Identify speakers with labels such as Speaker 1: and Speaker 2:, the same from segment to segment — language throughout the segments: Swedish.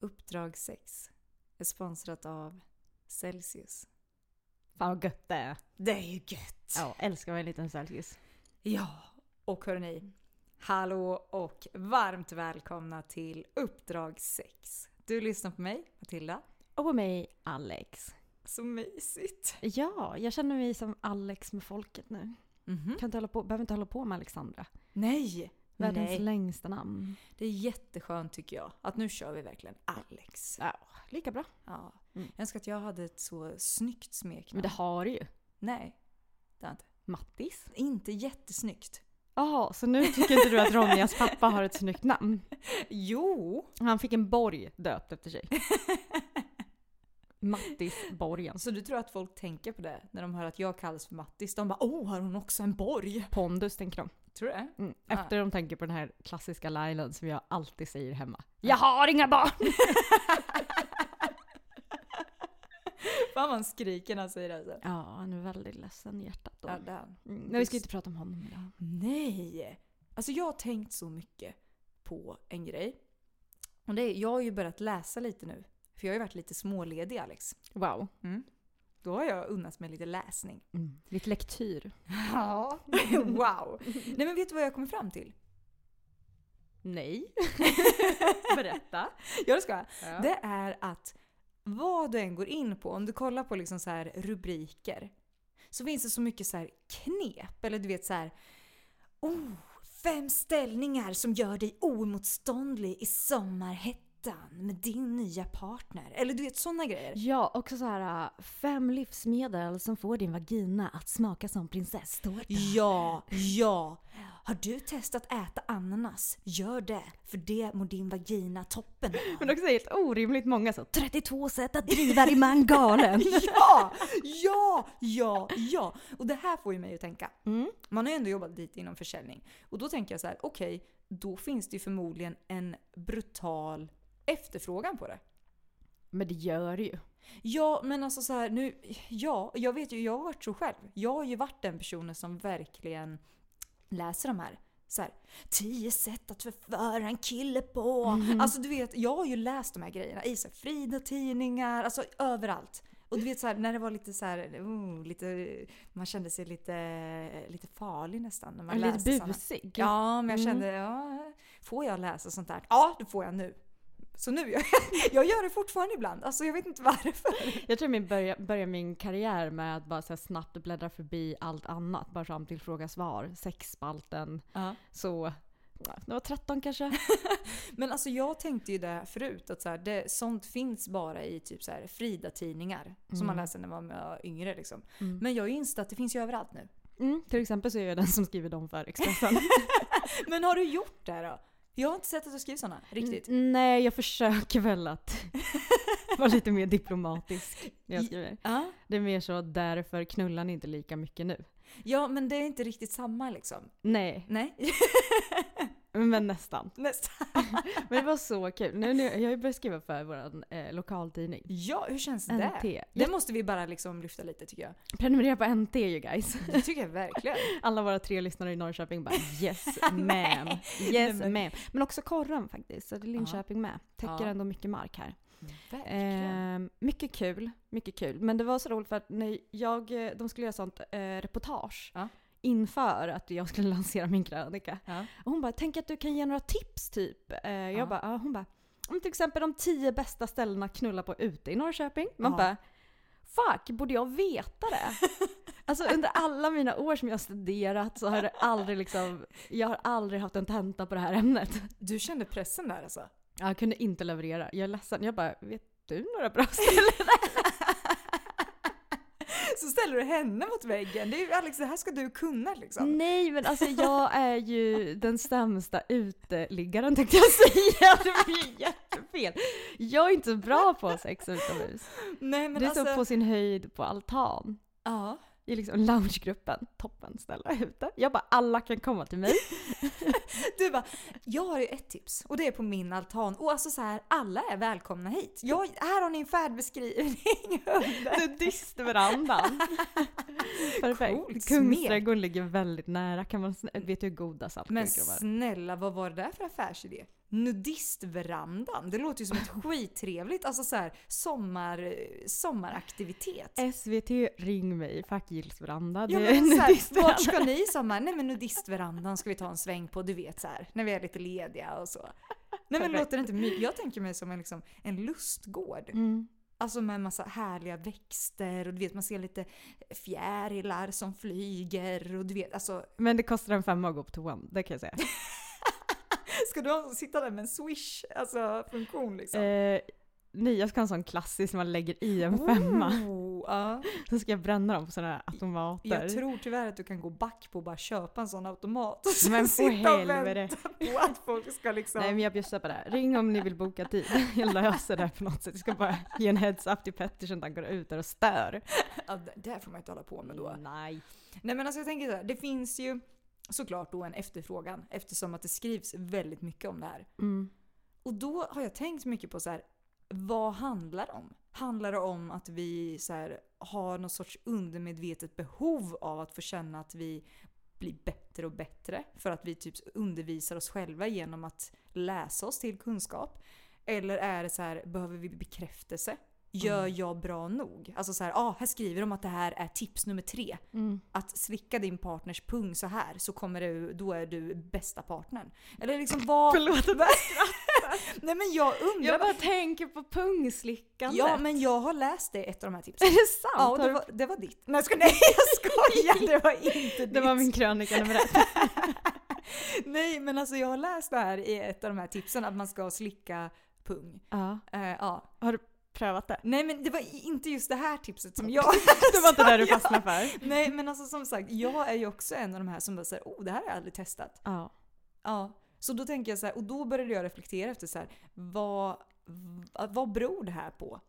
Speaker 1: Uppdrag 6 är sponsrat av Celsius.
Speaker 2: Fan vad gött det är.
Speaker 1: Det är ju gött!
Speaker 2: Ja, älskar mig en liten Celsius.
Speaker 1: Ja, och hörni. Hallå och varmt välkomna till Uppdrag 6. Du lyssnar på mig, Matilda.
Speaker 2: Och på mig Alex.
Speaker 1: Så mysigt.
Speaker 2: Ja, jag känner mig som Alex med folket nu.
Speaker 1: Mhm.
Speaker 2: Kan inte hålla på, behöver inte hålla på med Alexandra.
Speaker 1: Nej!
Speaker 2: Världens
Speaker 1: Nej.
Speaker 2: längsta namn.
Speaker 1: Det är jätteskönt tycker jag. Att nu kör vi verkligen Alex.
Speaker 2: Ja, lika bra.
Speaker 1: Ja.
Speaker 2: Mm.
Speaker 1: Jag önskar att jag hade ett så snyggt smeknamn.
Speaker 2: Men det har du ju.
Speaker 1: Nej, det har jag inte.
Speaker 2: Mattis.
Speaker 1: Inte jättesnyggt.
Speaker 2: Jaha, så nu tycker inte du att Ronjas pappa har ett snyggt namn?
Speaker 1: Jo!
Speaker 2: Han fick en borg döpt efter sig. Mattisborgen.
Speaker 1: Så Alltså, du tror att folk tänker på det när de hör att jag kallas för Mattis? De bara “Åh, har hon också en borg?”
Speaker 2: Pondus tänker de.
Speaker 1: Tror du det?
Speaker 2: Mm. Efter de tänker på den här klassiska linen som jag alltid säger hemma. Jag har inga barn!
Speaker 1: Fan vad han skriker när han säger det alltså.
Speaker 2: Ja, han är väldigt ledsen i hjärtat då.
Speaker 1: Ja, det är han.
Speaker 2: Mm, men vi ska ju inte prata om honom idag.
Speaker 1: Nej! Alltså jag har tänkt så mycket på en grej. Och det är, jag har ju börjat läsa lite nu. För jag har ju varit lite småledig Alex.
Speaker 2: Wow.
Speaker 1: Då har jag unnat mig lite läsning.
Speaker 2: Mm. Ditt lektyr.
Speaker 1: Ja. wow! Nej men vet du vad jag kommer fram till?
Speaker 2: Nej. Berätta.
Speaker 1: Ja det ska jag.
Speaker 2: Ja.
Speaker 1: Det är att vad du än går in på, om du kollar på liksom så här rubriker, så finns det så mycket så här knep. Eller du vet så här. Oh, fem ställningar som gör dig oemotståndlig i sommarhettan med din nya partner. Eller du vet sådana grejer.
Speaker 2: Ja, också så här äh, fem livsmedel som får din vagina att smaka som prinsesstårta.
Speaker 1: Ja, ja. Har du testat äta ananas? Gör det, för det mår din vagina toppen av.
Speaker 2: Men också helt orimligt många så 32 sätt att driva rimman galen.
Speaker 1: Ja, ja, ja, ja. Och det här får ju mig att tänka.
Speaker 2: Mm.
Speaker 1: Man har ju ändå jobbat lite inom försäljning. Och då tänker jag så här: okej, då finns det ju förmodligen en brutal efterfrågan på det.
Speaker 2: Men det gör det ju.
Speaker 1: Ja, men alltså så här, nu, ja, jag vet ju, jag har varit så själv. Jag har ju varit den personen som verkligen läser de här. Så här, tio sätt att förföra en kille på.
Speaker 2: Mhm.
Speaker 1: Alltså du vet, jag har ju läst de här grejerna i så här, Frida-tidningar, alltså överallt. Och du vet så här, när det var lite så här, oh, lite, man kände sig lite, lite farlig nästan. När man läste
Speaker 2: Lite
Speaker 1: såna.
Speaker 2: busig.
Speaker 1: Ja, men jag
Speaker 2: Mm.
Speaker 1: kände, ja, får jag läsa sånt där? Ja, det får jag nu. Så nu, gör jag, jag gör det fortfarande ibland. Alltså jag vet inte varför.
Speaker 2: Jag tror jag börja, börja min karriär med att bara så här snabbt bläddra förbi allt annat. Bara fram till fråga svar. Sexspalten. Så, det var 13 kanske.
Speaker 1: Men alltså jag tänkte ju det förut, att så här, det, sånt finns bara i typ så här Frida-tidningar. Som man läste när man var yngre liksom. Men jag har ju insett att det finns ju överallt nu.
Speaker 2: Mm, till exempel så är jag den som skriver dem för Expressen.
Speaker 1: Men har du gjort det då? Jag har inte sett att du skriver såna, riktigt.
Speaker 2: Mm. Nej, jag försöker väl att vara lite mer diplomatisk när jag skriver.
Speaker 1: Ja.
Speaker 2: Det är mer så, därför knullar ni inte lika mycket nu.
Speaker 1: Ja, men det är inte riktigt samma liksom.
Speaker 2: Nej,
Speaker 1: Nej,
Speaker 2: men nästan.
Speaker 1: nästan.
Speaker 2: Men det var så kul. Nu, nu, jag har ju börjat skriva för vår eh, lokaltidning.
Speaker 1: Ja, hur känns
Speaker 2: NT.
Speaker 1: det? Det
Speaker 2: Jag-
Speaker 1: måste vi bara liksom lyfta lite tycker jag.
Speaker 2: Prenumerera på NT you guys.
Speaker 1: Det tycker jag verkligen.
Speaker 2: Alla våra tre lyssnare i Norrköping bara yes ma'am. Yes ma'am. Men också Korren faktiskt, så det är Linköping med. Täcker
Speaker 1: Ja.
Speaker 2: ändå mycket mark här.
Speaker 1: Verkligen.
Speaker 2: Eh, mycket kul, mycket kul. Men det var så roligt för att när jag, eh, de skulle göra sånt eh, reportage
Speaker 1: Ja.
Speaker 2: inför att jag skulle lansera min krönika.
Speaker 1: Ja.
Speaker 2: Och hon bara, tänk att du kan ge några tips typ. Eh, jag
Speaker 1: Ja.
Speaker 2: bara, ja. hon bara, om till exempel de tio bästa ställena att knulla på ute i Norrköping. Man
Speaker 1: Ja.
Speaker 2: bara, fuck, borde jag veta det? alltså under alla mina år som jag har studerat så har det aldrig liksom, jag har aldrig haft en tenta på det här ämnet.
Speaker 1: Du kände pressen där alltså?
Speaker 2: Jag kunde inte leverera. Jag är ledsen. Jag bara, vet du några bra ställen?
Speaker 1: Så ställer du henne mot väggen. Det är ju Alex, det här ska du kunna liksom.
Speaker 2: Nej men alltså jag är ju den sämsta uteliggaren tänkte jag säga. Det blir ju jättefel. Jag är inte så bra på sex utomhus.
Speaker 1: Nej men
Speaker 2: det är
Speaker 1: alltså.
Speaker 2: så på sin höjd på altan.
Speaker 1: Ja.
Speaker 2: I liksom loungegruppen. Toppen ställa ute. Jag bara alla kan komma till mig.
Speaker 1: Du bara, jag har ju ett tips och det är på min altan. Och alltså så här, alla är välkomna hit. Jag, här har ni en färdbeskrivning under.
Speaker 2: Den dysterverandan. Perfekt.
Speaker 1: Coolt,
Speaker 2: Kungsträdgården ligger väldigt nära. Kan man, sn- vet du hur goda
Speaker 1: Men
Speaker 2: saltgurkor var?
Speaker 1: snälla, vad var det där för affärsidé? Nudistverandan? Det låter ju som ett skittrevligt, alltså så här, sommar, eh, sommaraktivitet.
Speaker 2: SVT ring mig, fuck Gills veranda.
Speaker 1: Ja,
Speaker 2: Det
Speaker 1: men
Speaker 2: är
Speaker 1: så här,
Speaker 2: nudistveranda.
Speaker 1: vart ska ni i sommar? Nej men nudistverandan ska vi ta en sväng på, du vet så här, när vi är lite lediga och så. Nej men
Speaker 2: Perfekt.
Speaker 1: låter det inte my- Jag tänker mig som en, liksom, en lustgård.
Speaker 2: Mm.
Speaker 1: Alltså med en massa härliga växter och du vet man ser lite fjärilar som flyger och du vet alltså.
Speaker 2: Men det kostar en femma att gå på toan, det kan jag säga.
Speaker 1: Ska du ha- sitta där med en swish alltså, funktion liksom?
Speaker 2: Eh, nej, jag ska ha en sån klassisk när man lägger i en femma.
Speaker 1: Oh, ja.
Speaker 2: Sen ska jag bränna dem på såna här automater.
Speaker 1: Jag tror tyvärr att du kan gå back på att bara köpa en sån automat och sen
Speaker 2: Men på
Speaker 1: sitta och
Speaker 2: helvete.
Speaker 1: vänta på att folk ska liksom...
Speaker 2: Nej men jag bjussar på det. här. Ring om ni vill boka tid. Jag löser det här på något sätt. Jag ska bara ge en heads up till Petter så att han går ut där och stör.
Speaker 1: Ja, det där får man inte hålla på med då.
Speaker 2: Nej.
Speaker 1: Nej men alltså jag tänker så här, det finns ju såklart då en efterfrågan eftersom att det skrivs väldigt mycket om det här.
Speaker 2: Mm.
Speaker 1: Och då har jag tänkt mycket på så här, vad handlar det om? Handlar det om att vi så här, har någon sorts undermedvetet behov av att få känna att vi blir bättre och bättre för att vi typ undervisar oss själva genom att läsa oss till kunskap? Eller är det så här, behöver vi bekräftelse? Gör jag bra nog? Alltså så här, ah, här skriver de att det här är tips nummer tre. Att slicka din partners pung så här så kommer du, då är du bästa partnern. Eller liksom vad...
Speaker 2: Förlåt att jag skrattar.
Speaker 1: Nej men jag undrar.
Speaker 2: Jag bara tänker på pungslickandet.
Speaker 1: Ja men jag har läst det, ett av de här tipsen.
Speaker 2: Är det sant?
Speaker 1: Ja, och
Speaker 2: Har
Speaker 1: det
Speaker 2: du-
Speaker 1: var, det var ditt. Nej jag skojar, nej, jag skojar! Det var inte ditt.
Speaker 2: det var min krönika nummer ett.
Speaker 1: Nej men alltså jag har läst det här i ett av de här tipsen, att man ska slicka pung.
Speaker 2: Ja.
Speaker 1: Eh, ja.
Speaker 2: Har du prövat det?
Speaker 1: Nej men det var inte just det här tipset som jag...
Speaker 2: Det var inte det du fastnade för?
Speaker 1: Nej men alltså som sagt, jag är ju också en av de här som bara säger oh det här har jag aldrig testat.
Speaker 2: Ja.
Speaker 1: Ja. Så då tänker jag så här, och då började jag reflektera efter så här, vad, vad beror det här på?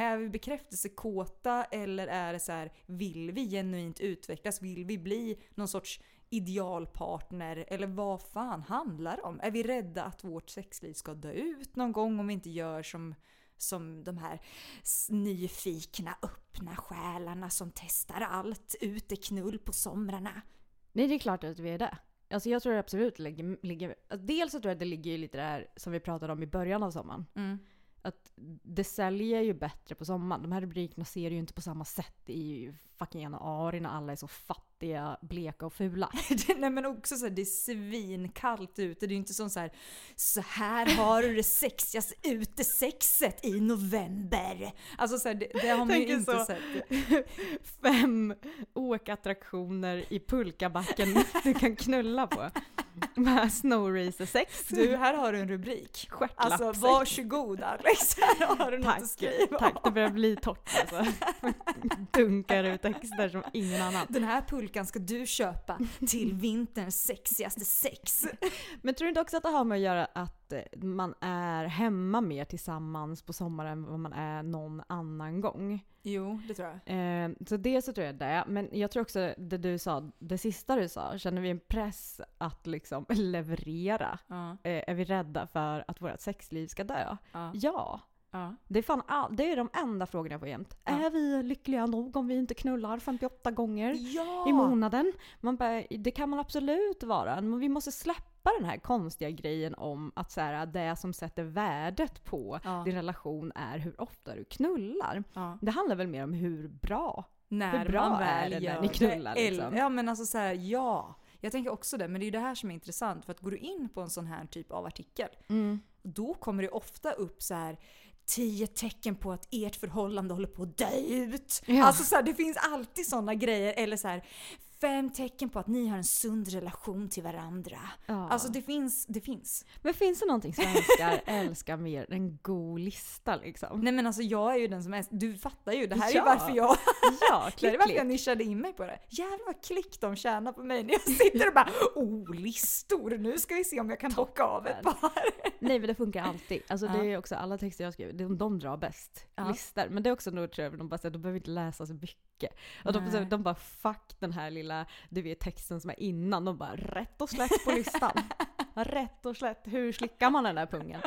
Speaker 1: Är vi bekräftelsekåta eller är det så här, vill vi genuint utvecklas? Vill vi bli någon sorts idealpartner? Eller vad fan handlar det om? Är vi rädda att vårt sexliv ska dö ut någon gång om vi inte gör som som de här s- nyfikna öppna själarna som testar allt, uteknull på somrarna.
Speaker 2: Nej det är klart att vi är det. Alltså jag tror det absolut ligger, ligger alltså dels så tror jag att det ligger ju lite där som vi pratade om i början av sommaren. Att det säljer ju bättre på sommaren. De här rubrikerna ser du ju inte på samma sätt i fucking januari när alla är så fattiga, bleka och fula.
Speaker 1: Det, nej men också så här, det är svinkallt ute. Det är ju inte som så här, så här har du det sexigaste utesexet i november. Alltså så här, det, det har man ju
Speaker 2: Tänker
Speaker 1: inte
Speaker 2: så.
Speaker 1: sett.
Speaker 2: Fem åkattraktioner i pulkabacken du kan knulla på. Med snowracer-sex.
Speaker 1: Du, här har du en rubrik.
Speaker 2: Stjärtlappsex.
Speaker 1: Alltså varsågod Alex, här har du något
Speaker 2: Tack,
Speaker 1: att skriva
Speaker 2: tack. Det
Speaker 1: om.
Speaker 2: börjar bli torrt alltså. Dunkar ut texter som ingen annan.
Speaker 1: Den här pulkan ska du köpa till vinterns sexigaste sex.
Speaker 2: Men tror du inte också att det har med att göra att eh, man är hemma mer tillsammans på sommaren än vad man är någon annan gång?
Speaker 1: Jo, det tror jag.
Speaker 2: Eh, så det så tror jag det. Men jag tror också det du sa, det sista du sa, känner vi en press att liksom leverera?
Speaker 1: Ja,
Speaker 2: Eh, är vi rädda för att vårt sexliv ska dö?
Speaker 1: ja,
Speaker 2: Ja.
Speaker 1: ja.
Speaker 2: Det är, fan all, det är de enda frågorna jag får jämt.
Speaker 1: Ja.
Speaker 2: Är vi lyckliga nog om vi inte knullar 58 gånger
Speaker 1: ja.
Speaker 2: i månaden? Man bara, det kan man absolut vara, men vi måste släppa den här konstiga grejen om att så här, det som sätter värdet på
Speaker 1: Ja.
Speaker 2: din relation är hur ofta du knullar.
Speaker 1: Ja.
Speaker 2: Det handlar väl mer om hur bra
Speaker 1: När
Speaker 2: Hur bra
Speaker 1: man
Speaker 2: är
Speaker 1: väl
Speaker 2: det
Speaker 1: gör
Speaker 2: när ni knullar,
Speaker 1: Eller-
Speaker 2: liksom?
Speaker 1: Ja men alltså så här, ja. Jag tänker också det, men det är ju det här som är intressant för att går du in på en sån här typ av artikel
Speaker 2: Mm.
Speaker 1: då kommer det ofta upp så här tio tecken på att ert förhållande håller på att dö ut.
Speaker 2: Ja.
Speaker 1: Alltså så här, det finns alltid såna grejer eller så här fem tecken på att ni har en sund relation till varandra.
Speaker 2: Ja.
Speaker 1: Alltså det finns, det finns.
Speaker 2: Men finns det någonting svenskar älskar mer än en god lista liksom?
Speaker 1: Nej men alltså jag är ju den som är, du fattar ju, det här är ju
Speaker 2: Ja.
Speaker 1: varför jag
Speaker 2: Ja,
Speaker 1: Det är
Speaker 2: klick,
Speaker 1: varför jag
Speaker 2: klick.
Speaker 1: nischade in mig på det. Jävlar vad klick de tjänar på mig när jag sitter och bara oh listor, nu ska vi se om jag kan bocka av ett par.
Speaker 2: Nej men det funkar alltid. Alltså
Speaker 1: Ja.
Speaker 2: det är också alla texter jag har skrivit, de, de drar bäst
Speaker 1: Ja.
Speaker 2: listor. Men det är också nog tror jag, de bara säger, de behöver inte läsa så mycket. Och de,
Speaker 1: Nej.
Speaker 2: de bara fuck den här lilla, du vet texten som är innan, de bara rätt och slätt på listan. rätt och slätt, hur slickar man den där pungen?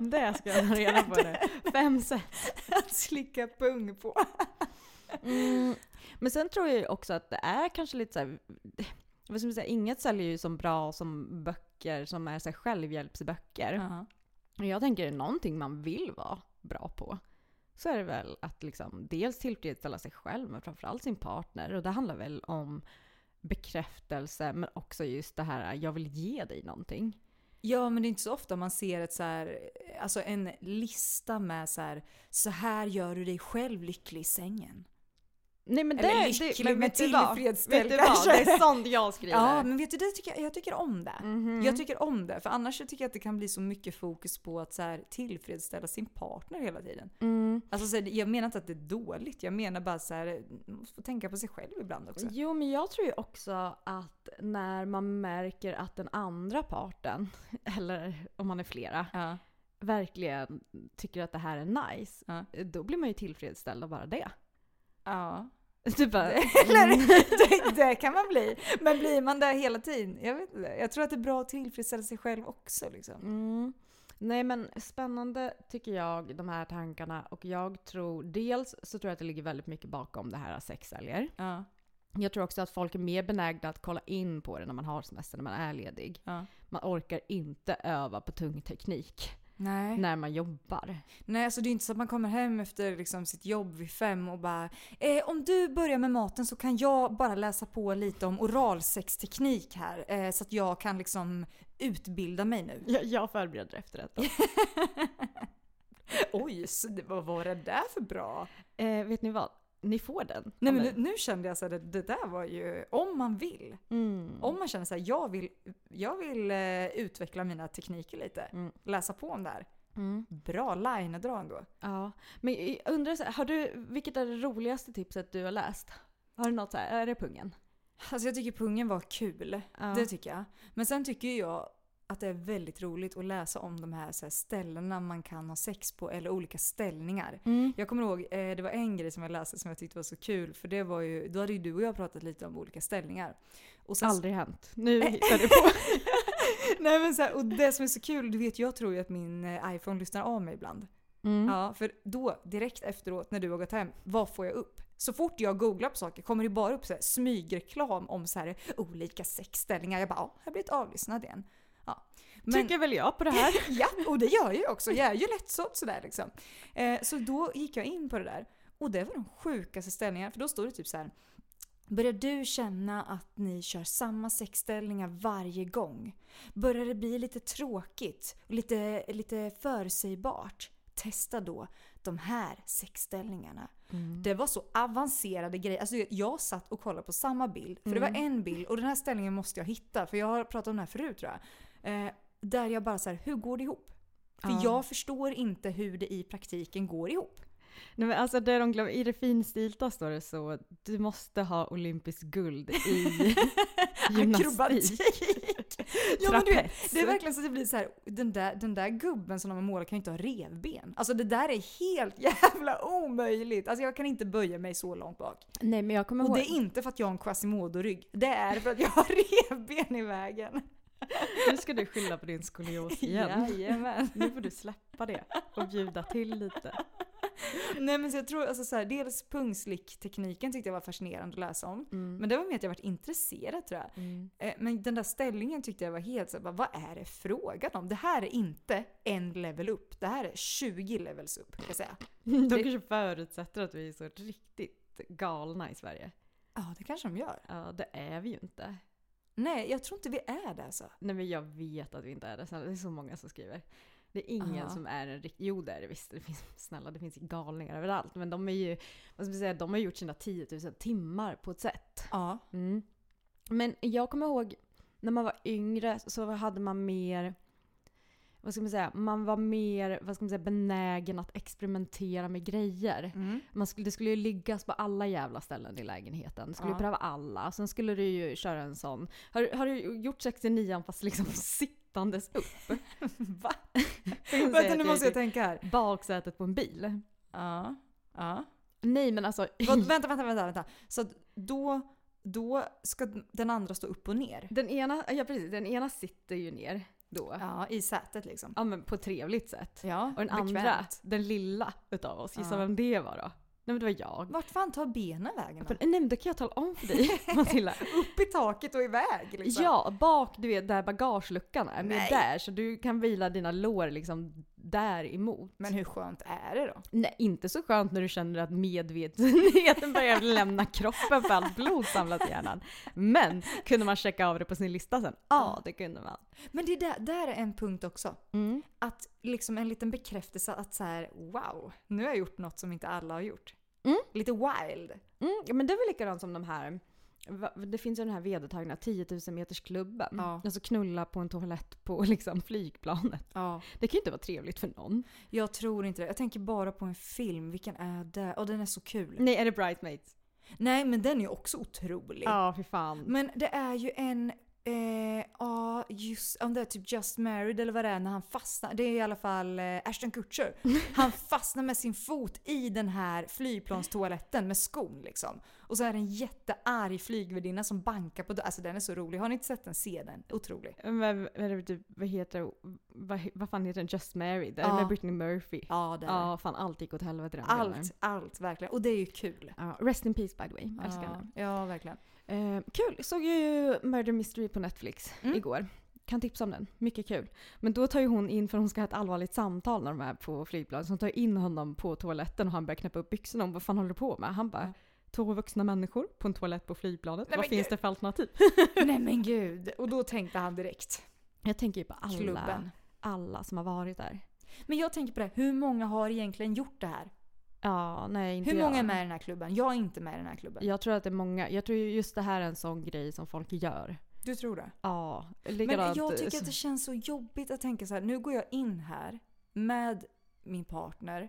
Speaker 2: Det ska jag ta reda på nu. Fem sätt.
Speaker 1: Att slicka pung på.
Speaker 2: Mm. Men sen tror jag ju också att det är kanske lite såhär, vad ska man säga, inget säljer ju som bra som böcker som är så här självhjälpsböcker. Och jag tänker är det någonting man vill vara bra på så är det väl att liksom dels tillfredsställa sig själv men framförallt sin partner. Och det handlar väl om bekräftelse men också just det här jag vill ge dig någonting.
Speaker 1: Ja men det är inte så ofta man ser ett så här, alltså en lista med så här, så här gör du dig själv lycklig i sängen.
Speaker 2: Nej men det,
Speaker 1: Eller
Speaker 2: det,
Speaker 1: lycklig
Speaker 2: men
Speaker 1: men
Speaker 2: vet du vad?
Speaker 1: tillfredsställd
Speaker 2: Vet du vad?
Speaker 1: kanske.
Speaker 2: Det är sånt jag skriver.
Speaker 1: Ja men vet du, det tycker jag, jag tycker om det.
Speaker 2: Mhm.
Speaker 1: Jag tycker om det, för annars så tycker jag att det kan bli så mycket fokus på att så här, tillfredsställa sin partner hela tiden.
Speaker 2: Mm.
Speaker 1: Alltså, så här, jag menar inte att det är dåligt, jag menar bara så här, man måste få tänka på sig själv ibland också.
Speaker 2: Jo, men jag tror ju också att när man märker att den andra parten, eller om man är flera,
Speaker 1: Ja.
Speaker 2: verkligen tycker att det här är nice,
Speaker 1: Ja.
Speaker 2: då blir man ju tillfredsställd av bara det.
Speaker 1: ja.
Speaker 2: Typ bara,
Speaker 1: Eller
Speaker 2: Mm.
Speaker 1: det, det kan man bli. Men blir man där hela tiden? Jag vet inte. Jag tror att det är bra att tillfredsställa sig själv också. Liksom.
Speaker 2: Mm. Nej men spännande tycker jag, de här tankarna. Och jag tror, dels så tror jag att det ligger väldigt mycket bakom det här sexsäljer.
Speaker 1: Ja.
Speaker 2: Jag tror också att folk är mer benägna att kolla in på det när man har semester, när man är ledig.
Speaker 1: Ja.
Speaker 2: Man orkar inte öva på tung teknik
Speaker 1: Nej. Nej.
Speaker 2: när man jobbar.
Speaker 1: alltså det är inte så att man kommer hem efter liksom, sitt jobb vid fem och bara eh, “Om du börjar med maten så kan jag bara läsa på lite om oralsexteknik här eh, så att jag kan liksom utbilda mig nu”.
Speaker 2: Jag, jag förbereder efterrätt.
Speaker 1: Oj, så det, vad var det där för bra?
Speaker 2: eh, vet ni vad? Ni får den. av
Speaker 1: Nej men nu,
Speaker 2: mig.
Speaker 1: nu kände jag så här, det, det där var ju, om man vill.
Speaker 2: Mm.
Speaker 1: Om man känner så här, jag vill, jag vill eh, utveckla mina tekniker lite.
Speaker 2: Mm.
Speaker 1: Läsa på om det här.
Speaker 2: Mm.
Speaker 1: Bra line att dra ändå.
Speaker 2: Ja. Men jag undrar, så här, har du, vilket är det roligaste tipset du har läst? Har du något så här, är det pungen?
Speaker 1: Alltså jag tycker pungen var kul.
Speaker 2: Ja.
Speaker 1: Det tycker jag. Men sen tycker ju jag att det är väldigt roligt att läsa om de här, så här ställena man kan ha sex på eller olika ställningar.
Speaker 2: Mm.
Speaker 1: Jag kommer ihåg, eh, det var en grej som jag läste som jag tyckte var så kul för det var ju, då hade ju du och jag pratat lite om olika ställningar. Och sen
Speaker 2: Aldrig hänt. Nu hittar du på.
Speaker 1: Nej men så här, och det som är så kul, du vet jag tror ju att min eh, iPhone lyssnar av mig ibland.
Speaker 2: Mm.
Speaker 1: Ja, för då direkt efteråt när du har gått hem, vad får jag upp? Så fort jag googlar på saker kommer det bara upp så här, smygreklam om så här, olika sexställningar. Jag bara ja, jag har blivit avlyssnad igen. Ja. Men,
Speaker 2: Tycker väl jag på det här.
Speaker 1: ja, och det gör jag ju också. Jag är ju lättsåld sådär liksom. Eh, så då gick jag in på det där. Och det var de sjukaste ställningarna. För då stod det typ så här. Börjar du känna att ni kör samma sexställningar varje gång? Börjar det bli lite tråkigt? och Lite, lite förutsägbart? Testa då de här sexställningarna. Det var så avancerade grejer. Alltså jag- jag satt och kollade på samma bild. För det var en bild och den här ställningen måste jag hitta. För jag har pratat om den här förut tror jag. Eh, där jag bara så här, hur går det ihop? För
Speaker 2: Ja.
Speaker 1: jag förstår inte hur det i praktiken går ihop.
Speaker 2: Nej, men alltså det de glömmer, I det finstilta står det så, du måste ha olympiskt guld i gymnastik.
Speaker 1: Akrobatik! Ja, men du vet,
Speaker 2: Trapets.
Speaker 1: det är verkligen så att det blir så här, den där, den där gubben som de har målat kan ju inte ha revben. Alltså det där är helt jävla omöjligt. Alltså jag kan inte böja mig så långt bak.
Speaker 2: Nej men jag kommer
Speaker 1: Och
Speaker 2: ihåg.
Speaker 1: det är inte för att jag har en Quasimodo-rygg. Det är för att jag har revben i vägen.
Speaker 2: Nu ska du skylla på din skolios
Speaker 1: Jajamän.
Speaker 2: Nu får du släppa det och bjuda till lite.
Speaker 1: Nej men så jag tror, alltså så här, dels pungslicktekniken tyckte jag var fascinerande att läsa om. Men det var mer att jag varit intresserad tror jag. Eh, Men den där ställningen tyckte jag var helt så här, bara, vad är det frågan om? Det här är inte en level upp, det här är 20 levels upp kan jag säga.
Speaker 2: De kanske förutsätter att vi är så riktigt galna i Sverige.
Speaker 1: Ja, det kanske de gör.
Speaker 2: Ja, det är vi ju inte.
Speaker 1: Nej, jag tror inte vi är det alltså.
Speaker 2: Nej men jag vet att vi inte är det. Snälla, det är så många som skriver. Det är ingen
Speaker 1: Ja.
Speaker 2: som är en riktig... Jo det är det visst. Det finns, snälla det finns galningar överallt. Men de är ju... Vad ska man säga? De har gjort sina 10 000 timmar på ett sätt.
Speaker 1: Ja.
Speaker 2: Mm. Men jag kommer ihåg när man var yngre så hade man mer... Vad ska man säga? Man var mer vad ska man säga, benägen att experimentera med grejer.
Speaker 1: Mm.
Speaker 2: Man skulle, det skulle ju liggas på alla jävla ställen i lägenheten. Du skulle
Speaker 1: Ja.
Speaker 2: pröva alla. Sen skulle du ju köra en sån. Har, har du gjort 69 fast liksom sittandes upp?
Speaker 1: Va?
Speaker 2: Finns
Speaker 1: Vänta
Speaker 2: det
Speaker 1: nu
Speaker 2: ett-
Speaker 1: måste jag tänka här.
Speaker 2: Baksätet på en bil?
Speaker 1: Ja. ja.
Speaker 2: Nej men alltså...
Speaker 1: Vad, vänta, vänta, vänta, vänta. Så att då, då ska den andra stå upp och ner?
Speaker 2: Den ena, ja, precis, den ena sitter ju ner då. Ja.
Speaker 1: Ja, i sätet liksom.
Speaker 2: men på ett trevligt sätt.
Speaker 1: Ja,
Speaker 2: Och den andra, den lilla utav oss, gissa
Speaker 1: Ja.
Speaker 2: vem det var då? Nej men det var jag.
Speaker 1: Vart fan tar benen vägen då?
Speaker 2: Men, nej men det kan jag tala om för dig Matilda.
Speaker 1: Upp i taket och iväg liksom.
Speaker 2: Ja, bak du vet där bagageluckan är,
Speaker 1: Nej.
Speaker 2: med där så du kan vila dina lår liksom där emot.
Speaker 1: Men hur skönt är det då?
Speaker 2: Nej, inte så skönt när du känner att medvetenheten börjar lämna kroppen för allt blod samlat i hjärnan. Men kunde man checka av det på sin lista sen?
Speaker 1: Mm.
Speaker 2: Ja, det kunde man.
Speaker 1: Men det där, där är en punkt också. Att liksom en liten bekräftelse att så här, wow, nu har jag gjort något som inte alla har gjort. Lite wild.
Speaker 2: Mm, ja, men det är väl likadant som de här, va- det finns ju den här vedertagna 10 000 metersklubben.
Speaker 1: Ja.
Speaker 2: Alltså knulla på en toalett på liksom flygplanet.
Speaker 1: Ja.
Speaker 2: Det kan ju inte vara trevligt för någon.
Speaker 1: Jag tror inte det. Jag tänker bara på en film. Vilken är det? Åh, den är så kul.
Speaker 2: Nej, är det Bridesmaids?
Speaker 1: Nej, men den är ju också otrolig.
Speaker 2: Ja, för fan.
Speaker 1: Men det är ju en... Eh, ja, just, om det är typ Just Married eller vad det är när han fastnar. Det är i alla fall eh, Ashton Kutcher. Han fastnar med sin fot i den här flygplanstoaletten med skon liksom. Och så är det en jättearg flygvärdinna som bankar på dörren. Alltså den är så rolig. Har ni inte sett den? Se den. Otrolig.
Speaker 2: Men, vad är det, typ- vad heter vad, vad fan heter den? Just Married?
Speaker 1: Ja.
Speaker 2: Ja. Med Britney Murphy?
Speaker 1: Ja, det är det.
Speaker 2: Ja, fan allt gick åt helvete i den filmen.
Speaker 1: Allt, allt verkligen. Och det är ju kul.
Speaker 2: Ja, rest in peace by the way. Älskar henne.
Speaker 1: ja, verkligen.
Speaker 2: Eh, kul! Jag såg ju Murder Mystery på Netflix
Speaker 1: Mm.
Speaker 2: igår. Kan tipsa om den. Mycket kul. Men då tar ju hon in, för hon ska ha ett allvarligt samtal när de är på flygplanet, så hon tar in honom på toaletten och han börjar knäppa upp byxorna. Hon vad fan håller du på med? Han bara, två vuxna människor på en toalett på flygplanet.
Speaker 1: Nej,
Speaker 2: vad
Speaker 1: men
Speaker 2: finns
Speaker 1: gud.
Speaker 2: det för alternativ?
Speaker 1: Nej men gud. Och då tänkte han direkt.
Speaker 2: Jag tänker ju på alla,
Speaker 1: Klubben.
Speaker 2: alla som har varit där.
Speaker 1: Men jag tänker på det, hur många har egentligen gjort det här?
Speaker 2: Ja, nej inte
Speaker 1: Hur
Speaker 2: jag.
Speaker 1: många är med i den här klubben? Jag är inte med i den här klubben.
Speaker 2: Jag tror att det är många. Jag tror ju just det här är en sån grej som folk gör.
Speaker 1: Du tror det?
Speaker 2: Ja,
Speaker 1: Men
Speaker 2: likadant. eh,
Speaker 1: jag tycker att det känns så jobbigt att tänka så här. nu går jag in här med min partner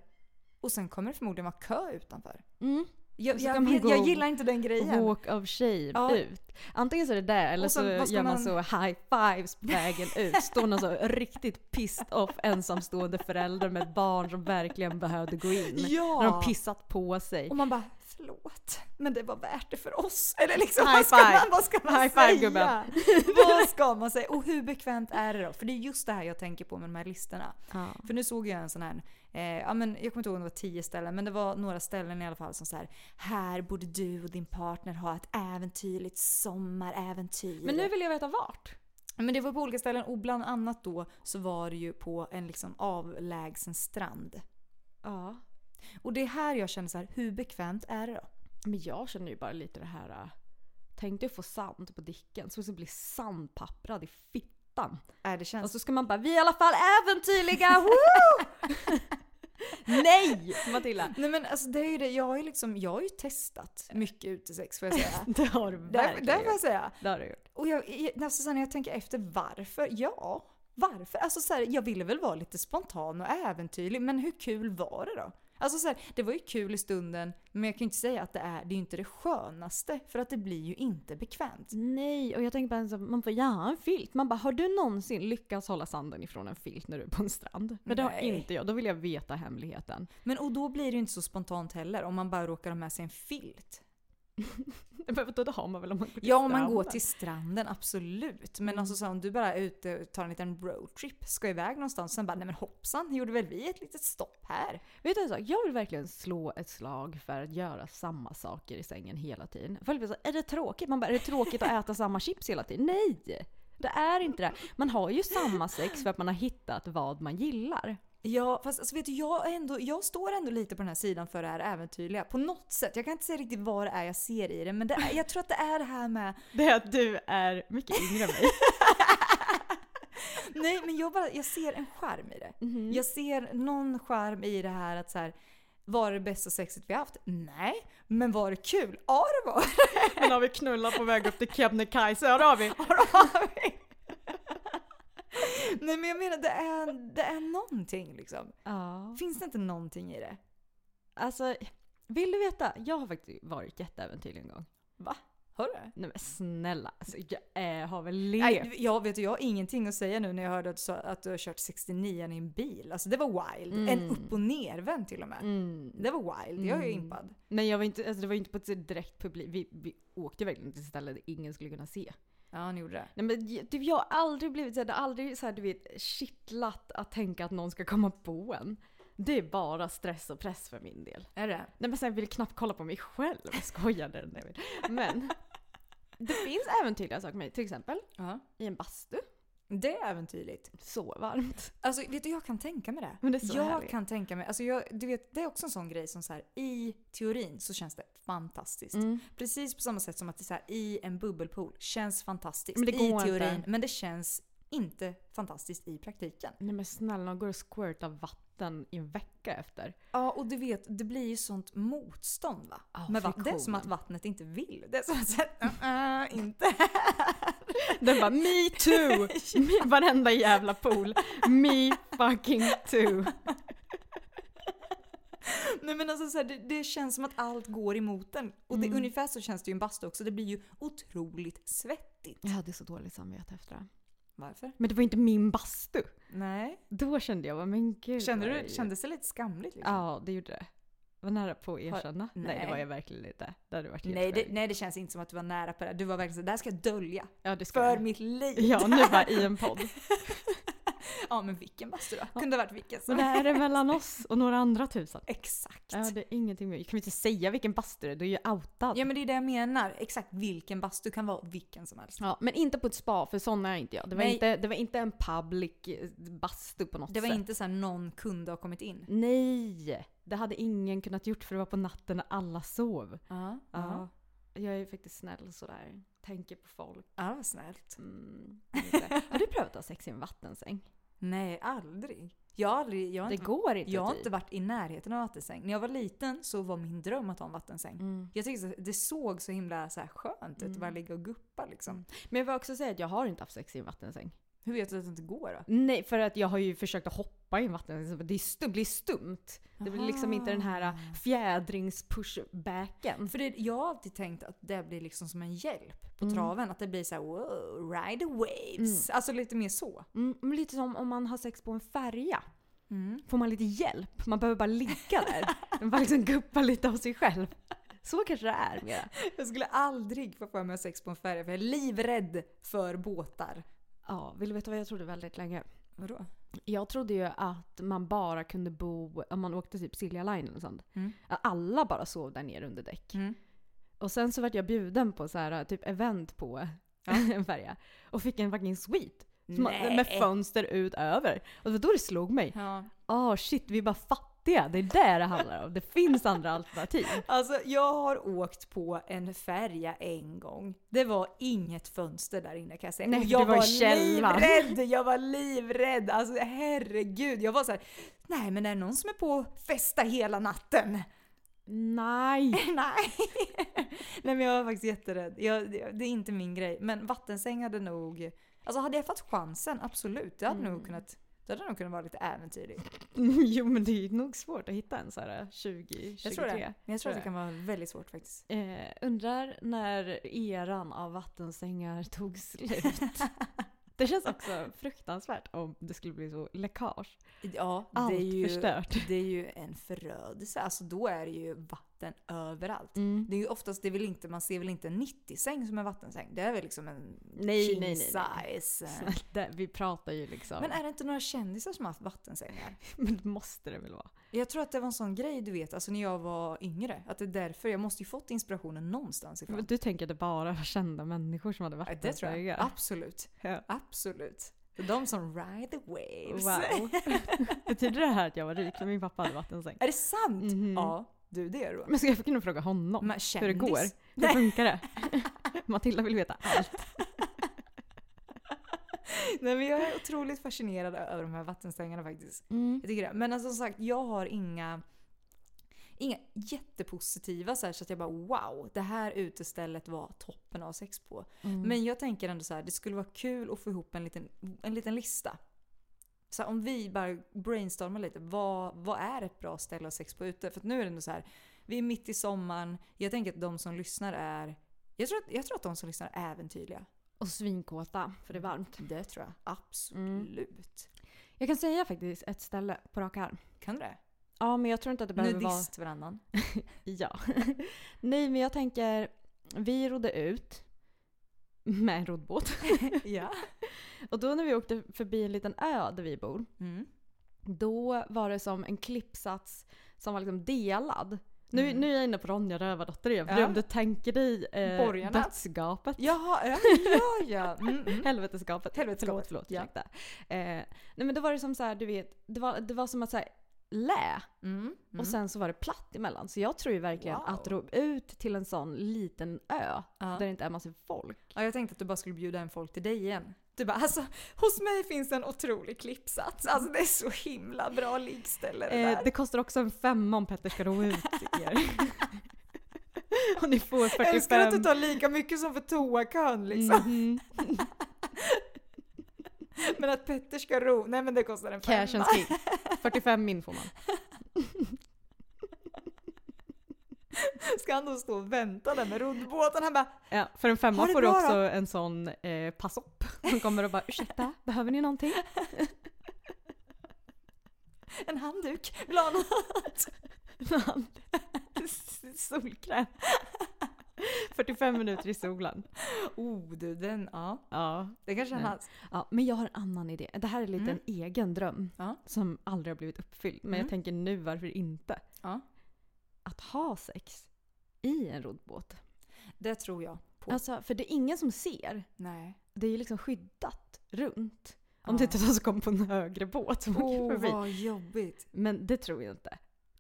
Speaker 1: och sen kommer det förmodligen vara kö utanför.
Speaker 2: Mm.
Speaker 1: Jag,
Speaker 2: Så kan
Speaker 1: jag,
Speaker 2: man
Speaker 1: jag,
Speaker 2: gå-
Speaker 1: jag gillar inte den grejen.
Speaker 2: mm, Walk of shame
Speaker 1: Ja.
Speaker 2: ut. Antingen så är det där eller
Speaker 1: Och sen, vad
Speaker 2: så
Speaker 1: ska
Speaker 2: gör man,
Speaker 1: man-
Speaker 2: så high fives på vägen ut. Står någon så riktigt pissed off ensamstående förälder med ett barn som verkligen behövde gå in.
Speaker 1: Ja.
Speaker 2: När de pissat på sig.
Speaker 1: Och man bara, förlåt, men det var värt det för oss. Eller liksom,
Speaker 2: High
Speaker 1: vad ska,
Speaker 2: five.
Speaker 1: man, vad ska man
Speaker 2: High
Speaker 1: säga?
Speaker 2: five, gubben.
Speaker 1: vad ska man säga? Och hur bekvämt är det då? För det är just det här jag tänker på med de här listorna.
Speaker 2: Ja.
Speaker 1: För nu såg jag en sån här, eh, ja, men jag kommer inte ihåg om det var tio ställen, men det var några ställen i alla fall som så här, här borde du och din partner ha ett äventyrligt sommaräventyr.
Speaker 2: Men nu vill jag veta vart.
Speaker 1: Men det var på olika ställen och bland annat då så var det ju på en liksom avlägsen strand.
Speaker 2: Ja.
Speaker 1: Och det är här jag känner så här, hur bekvämt är det då?
Speaker 2: Men jag känner ju bara lite det här. äh, Tänk dig att få sand på dicken så ska bli sandpapprad i fittan.
Speaker 1: Är det känns...
Speaker 2: Och så ska man bara vi är i alla fall äventyrliga! Woo! Nej Matilda!
Speaker 1: Nej men alltså det är ju det, jag har ju liksom, jag har ju testat mycket utesex får jag säga.
Speaker 2: Det har du
Speaker 1: det,
Speaker 2: verkligen
Speaker 1: det får jag
Speaker 2: gjort.
Speaker 1: säga.
Speaker 2: Det har du gjort.
Speaker 1: Och jag, jag- alltså sen när jag tänker efter varför, ja. Varför? Alltså så här, jag ville väl vara lite spontan och äventyrlig, men hur kul var det då? Alltså så här, det var ju kul i stunden men jag kan ju inte säga att det är, det är ju inte det skönaste för att det blir ju inte bekvämt.
Speaker 2: Nej, och jag tänker på en som, man bara ja en filt. Man bara har du någonsin lyckats hålla sanden ifrån en filt när du är på en strand? Men det har
Speaker 1: Nej.
Speaker 2: inte jag, då vill jag veta hemligheten.
Speaker 1: Men och då blir det ju inte så spontant heller om man bara råkar ha med sig en filt.
Speaker 2: Men vadå, det har man väl om man går till
Speaker 1: Ja, om man
Speaker 2: stranden?
Speaker 1: går till stranden, absolut. Men alltså så här, om du bara är ute och tar en liten roadtrip, ska iväg någonstans, sen bara nej men hoppsan, gjorde väl vi ett litet stopp här?
Speaker 2: Vet du en sak? Jag vill verkligen slå ett slag för att göra samma saker i sängen hela tiden. Folk blir så, är det tråkigt? Man bara, är det tråkigt att äta samma chips hela tiden? Nej! Det är inte det. Man har ju samma sex för att man har hittat vad man gillar.
Speaker 1: Ja, fast alltså, vet du, jag, är ändå, jag står ändå lite på den här sidan för det här äventyrliga. På något sätt. Jag kan inte säga riktigt vad det är jag ser i det, men det är, jag tror att det är det här med...
Speaker 2: Det är att du är mycket yngre än mig.
Speaker 1: Nej, men jag, bara, jag ser en charm i det.
Speaker 2: Mhm.
Speaker 1: Jag ser någon charm i det här att så här, var det bästa sexet vi haft? Nej. Men var det kul? Ja, det var det.
Speaker 2: Men har vi knullat på väg upp till Kebnekaise? Ja det har vi!
Speaker 1: Nej, men jag menar det är, det är någonting liksom.
Speaker 2: Ja.
Speaker 1: Finns det inte någonting i det?
Speaker 2: Alltså, vill du veta? Jag har faktiskt varit jätteäventyrlig en gång.
Speaker 1: Va? Har du det?
Speaker 2: Nej men snälla, alltså, jag eh, har väl levt.
Speaker 1: Nej, jag vet du, jag har ingenting att säga nu när jag hörde att du, sa att du har kört 69 i en bil. Alltså det var wild.
Speaker 2: Mm.
Speaker 1: En upp och nervänd till och med. Det var wild. Jag är ju impad.
Speaker 2: Men jag var inte, alltså det var ju inte på ett direkt publik. Vi, vi åkte verkligen till ställen där ingen skulle kunna se.
Speaker 1: Ja, ni gjorde det.
Speaker 2: Nej, men, j- typ, jag har aldrig blivit såhär, det har aldrig såhär, du vet, kittlat att tänka att någon ska komma på en. Det är bara stress och press för min del.
Speaker 1: Är det?
Speaker 2: Nej men sen vill jag knappt kolla på mig själv. Jag skojade den där. Men det finns äventyrliga saker med mig. Till exempel
Speaker 1: Ja.
Speaker 2: i en bastu.
Speaker 1: Det är äventyrligt.
Speaker 2: Så varmt.
Speaker 1: Alltså vet du, jag kan tänka mig det.
Speaker 2: Men det är så
Speaker 1: jag
Speaker 2: härligt.
Speaker 1: kan tänka mig, alltså jag, du vet, det är också en sån grej som så här, i teorin så känns det fantastiskt. Precis på samma sätt som att det är så här, i en bubbelpool känns fantastiskt
Speaker 2: Men det går
Speaker 1: i
Speaker 2: inte.
Speaker 1: teorin. Men det känns inte fantastiskt i praktiken.
Speaker 2: Nej men snälla, de går och squirtar vatten i en vecka efter.
Speaker 1: Ja, och du vet, det blir ju sånt motstånd va?
Speaker 2: Ja,
Speaker 1: Men va- det är som
Speaker 2: friktionen.
Speaker 1: att vattnet inte vill. Det är som att säga, "Uh, uh, inte
Speaker 2: Den bara me too! Me, varenda jävla pool. Me fucking too.
Speaker 1: Nej men alltså så här, det, det känns som att allt går emot den. Och det, ungefär så känns det ju i en bastu också. Det blir ju otroligt svettigt.
Speaker 2: Jag hade så dåligt samvete efter det.
Speaker 1: Varför?
Speaker 2: Men det var inte min bastu.
Speaker 1: Nej.
Speaker 2: Då kände jag bara, men gud.
Speaker 1: Kände
Speaker 2: vad är
Speaker 1: du,
Speaker 2: det?
Speaker 1: kändes det lite skamligt? Liksom?
Speaker 2: Ja, det gjorde det. Var nära på att erkänna. Nej. det
Speaker 1: nej.
Speaker 2: var jag verkligen inte. Det hade varit helt
Speaker 1: Nej det,
Speaker 2: sjukt.
Speaker 1: nej det känns inte som att du var nära på det. Du var verkligen så här, det här ska jag dölja.
Speaker 2: Ja, det ska
Speaker 1: För
Speaker 2: jag.
Speaker 1: mitt liv.
Speaker 2: Ja, nu bara i en podd.
Speaker 1: ja men vilken bastu då? Kunde ha varit vilken
Speaker 2: Så
Speaker 1: som
Speaker 2: det här är mellan oss och några andra tusen.
Speaker 1: Exakt.
Speaker 2: Ja, det är ingenting mer. Kan vi inte säga vilken bastu det är? Du är ju outad.
Speaker 1: Ja men det är det jag menar. Exakt vilken bastu kan vara vilken som helst.
Speaker 2: Ja, men inte på ett spa, för sån är inte jag. Det var,
Speaker 1: Nej.
Speaker 2: inte, det var inte en public eh, bastu på något
Speaker 1: Det var
Speaker 2: sätt.
Speaker 1: inte så här någon kunde ha kommit in.
Speaker 2: Nej! Det hade ingen kunnat gjort för det var på natten när alla sov.
Speaker 1: Ja,
Speaker 2: Ja. Jag är faktiskt snäll sådär. Tänker på folk.
Speaker 1: ja vad snällt.
Speaker 2: Mm, inte. har du prövat att ha sex i en vattensäng?
Speaker 1: Nej, aldrig. Jag har, aldrig, jag har,
Speaker 2: Det
Speaker 1: inte,
Speaker 2: går inte.
Speaker 1: jag har
Speaker 2: typ.
Speaker 1: inte varit i närheten av vattensäng. När jag var liten så var min dröm att ha en vattensäng.
Speaker 2: Mm.
Speaker 1: Jag tyckte att det såg så himla så här skönt ut att bara ligga och guppa liksom.
Speaker 2: Men jag vill också säga att jag har inte haft sex i en vattensäng.
Speaker 1: Hur vet du att det inte går då?
Speaker 2: Nej, för att jag har ju försökt att hoppa i en vattensäng. så Det är stum, blir stumt. Det blir liksom inte den här eh, fjädringspushbacken.
Speaker 1: För det, jag har alltid tänkt att det blir liksom som en hjälp
Speaker 2: Mm.
Speaker 1: på traven. Att det blir så här: wow, ride the waves. Alltså lite mer så.
Speaker 2: Mm, men lite som om man har sex på en färja. Får man lite hjälp. Man behöver bara ligga där. Man bara liksom guppa lite av sig själv. Så kanske det är mera.
Speaker 1: Jag skulle aldrig få för mig att ha sex på en färja för jag är livrädd för båtar.
Speaker 2: Ja, vill du veta vad jag trodde väldigt länge?
Speaker 1: Vadå?
Speaker 2: Jag trodde ju att man bara kunde bo, om man åkte typ Silja Line eller sånt. Att alla bara sov där nere under däck. Och sen så vart jag bjuden på så här typ event på en färja. Och fick en fucking suite. Som
Speaker 1: Nej.
Speaker 2: med fönster ut över. Och det var då det slog mig.
Speaker 1: Ja.
Speaker 2: Ah shit, vi är bara fattiga. Det är det det handlar om. Det finns andra alternativ.
Speaker 1: Alltså jag har åkt på en färja en gång. Det var inget fönster där inne kan jag säga.
Speaker 2: Nej,
Speaker 1: Och
Speaker 2: för
Speaker 1: jag
Speaker 2: du var i källaren.
Speaker 1: livrädd! Jag var livrädd! Alltså herregud. Jag var så här. nej men är det någon som är på att festa hela natten?
Speaker 2: Nej!
Speaker 1: Nej. Nej men jag var faktiskt jätterädd. Jag, det det är inte min grej. Men vattensäng hade nog... Alltså hade jag fått chansen, absolut. Jag hade nog kunnat Det hade nog kunnat vara lite äventyrligt.
Speaker 2: jo men det är nog svårt att hitta en så här 2023.
Speaker 1: Jag tror det. Men jag tror att det
Speaker 2: jag.
Speaker 1: kan vara väldigt svårt faktiskt.
Speaker 2: Eh, undrar när eran av vattensängar tog slut. det känns också fruktansvärt om det skulle bli så läckage.
Speaker 1: Ja,
Speaker 2: Allt
Speaker 1: det är ju,
Speaker 2: förstört.
Speaker 1: Det är ju en förödelse. Alltså då är det ju vatten överallt.
Speaker 2: Mm.
Speaker 1: Det är ju oftast, det är väl inte, man ser väl inte en 90-säng som en vattensäng? Det är väl liksom en
Speaker 2: Nej,
Speaker 1: king
Speaker 2: nej, nej, nej.
Speaker 1: size. eh.
Speaker 2: Det, vi pratar ju liksom.
Speaker 1: Men äh, är det inte några kändisar som har haft vattensängar?
Speaker 2: Men det måste det väl vara?
Speaker 1: Jag tror att det var en sån grej du vet, alltså när jag var yngre. Att det är därför, jag måste ju fått inspirationen någonstans ifrån.
Speaker 2: Men Du tänker att det bara var kända människor som hade
Speaker 1: Ja,
Speaker 2: varit
Speaker 1: det tror jag. Absolut.
Speaker 2: Ja.
Speaker 1: Absolut. Det är de som ride the waves.
Speaker 2: Wow. Betyder det här att jag var rik för min pappa hade vattensäng?
Speaker 1: Är det sant?
Speaker 2: Mhm.
Speaker 1: Ja, du det är då.
Speaker 2: Men ska jag kunna fråga honom
Speaker 1: Men
Speaker 2: hur det
Speaker 1: kändis.
Speaker 2: går? Hur funkar det? Matilda vill veta allt.
Speaker 1: Nej men jag är otroligt fascinerad över de här vattenstängarna faktiskt. Jag tycker det. Men alltså, som sagt, jag har inga Inga jättepositiva så, här, så att jag bara wow, det här utestället var toppen av sex på. Men jag tänker ändå så här, det skulle vara kul att få ihop en liten, en liten lista. Så här, om vi bara brainstormar lite, vad, vad är ett bra ställe att ha sex på ute? För att nu är det ändå så här, vi är mitt i sommaren, jag tänker att de som lyssnar är, jag tror att, jag tror att de som lyssnar är äventyrliga.
Speaker 2: Och svinkåta, för det är varmt.
Speaker 1: Det tror jag absolut.
Speaker 2: Jag kan säga faktiskt ett ställe på rak arm.
Speaker 1: Kan du det?
Speaker 2: Ja, men jag tror inte att det behöver vara...
Speaker 1: Nudistverandan.
Speaker 2: Ja. Nej, men jag tänker, vi rodde ut med en roddbåt.
Speaker 1: ja.
Speaker 2: Och då när vi åkte förbi en liten ö där vi bor,
Speaker 1: Mm.
Speaker 2: då var det som en klippsats som var liksom delad. Nu, nu är jag inne på Ronja Rövardotter igen, för
Speaker 1: Ja.
Speaker 2: om du tänker dig eh,
Speaker 1: Borgarna.
Speaker 2: dödsgapet.
Speaker 1: Jaha, ja, men ja, ja. Mm, mm.
Speaker 2: Helvetesgapet.
Speaker 1: Helvetesgapet,
Speaker 2: Förlåt, förlåt.
Speaker 1: ja.
Speaker 2: Ursäkta. Eh, nej men då var det som så här, du vet, det var, det var som att så här, lä
Speaker 1: Mm,
Speaker 2: och sen så var det platt emellan. Så jag tror ju verkligen
Speaker 1: Wow.
Speaker 2: att ro ut till en sån liten ö
Speaker 1: Ja.
Speaker 2: där det inte är massa folk.
Speaker 1: Ja, jag tänkte att du bara skulle bjuda en folk till dig igen. Du bara alltså, hos mig finns en otrolig klippsats. Alltså det är så himla bra liggställe det
Speaker 2: Eh,
Speaker 1: där.
Speaker 2: det kostar också en femma om Petter ska ro ut er. och ni får 45.
Speaker 1: Jag älskar att du tar lika mycket som för toakön liksom.
Speaker 2: Mhm.
Speaker 1: Men att Petter ska ro, nej men det kostar en femma.
Speaker 2: Cash and king. 45 min får man.
Speaker 1: Ska han då stå och vänta där med roddbåten? Han bara,
Speaker 2: Ja, för en femma
Speaker 1: Ha det
Speaker 2: får du
Speaker 1: bra
Speaker 2: också
Speaker 1: då.
Speaker 2: en sån eh, passopp. Som kommer och bara ursäkta, behöver ni någonting?
Speaker 1: en handduk, vill du ha något?
Speaker 2: Solkräm. 45 minuter i solen.
Speaker 1: Oh du, den, ja.
Speaker 2: Ja.
Speaker 1: Det kanske är
Speaker 2: Nej.
Speaker 1: hans.
Speaker 2: ja. Men jag har en annan idé. Det här är lite
Speaker 1: Mm.
Speaker 2: en egen dröm.
Speaker 1: Ja.
Speaker 2: Som aldrig har blivit uppfylld. Men
Speaker 1: Mm.
Speaker 2: jag tänker nu, varför inte?
Speaker 1: Ja.
Speaker 2: Att ha sex i en roddbåt.
Speaker 1: Det tror jag på.
Speaker 2: Alltså, för det är ingen som ser.
Speaker 1: nej.
Speaker 2: Det är ju liksom skyddat runt. Om
Speaker 1: Ja.
Speaker 2: det inte är någon som kommer på en högre båt som åker
Speaker 1: Åh,
Speaker 2: förbi.
Speaker 1: vad jobbigt.
Speaker 2: Men det tror jag inte.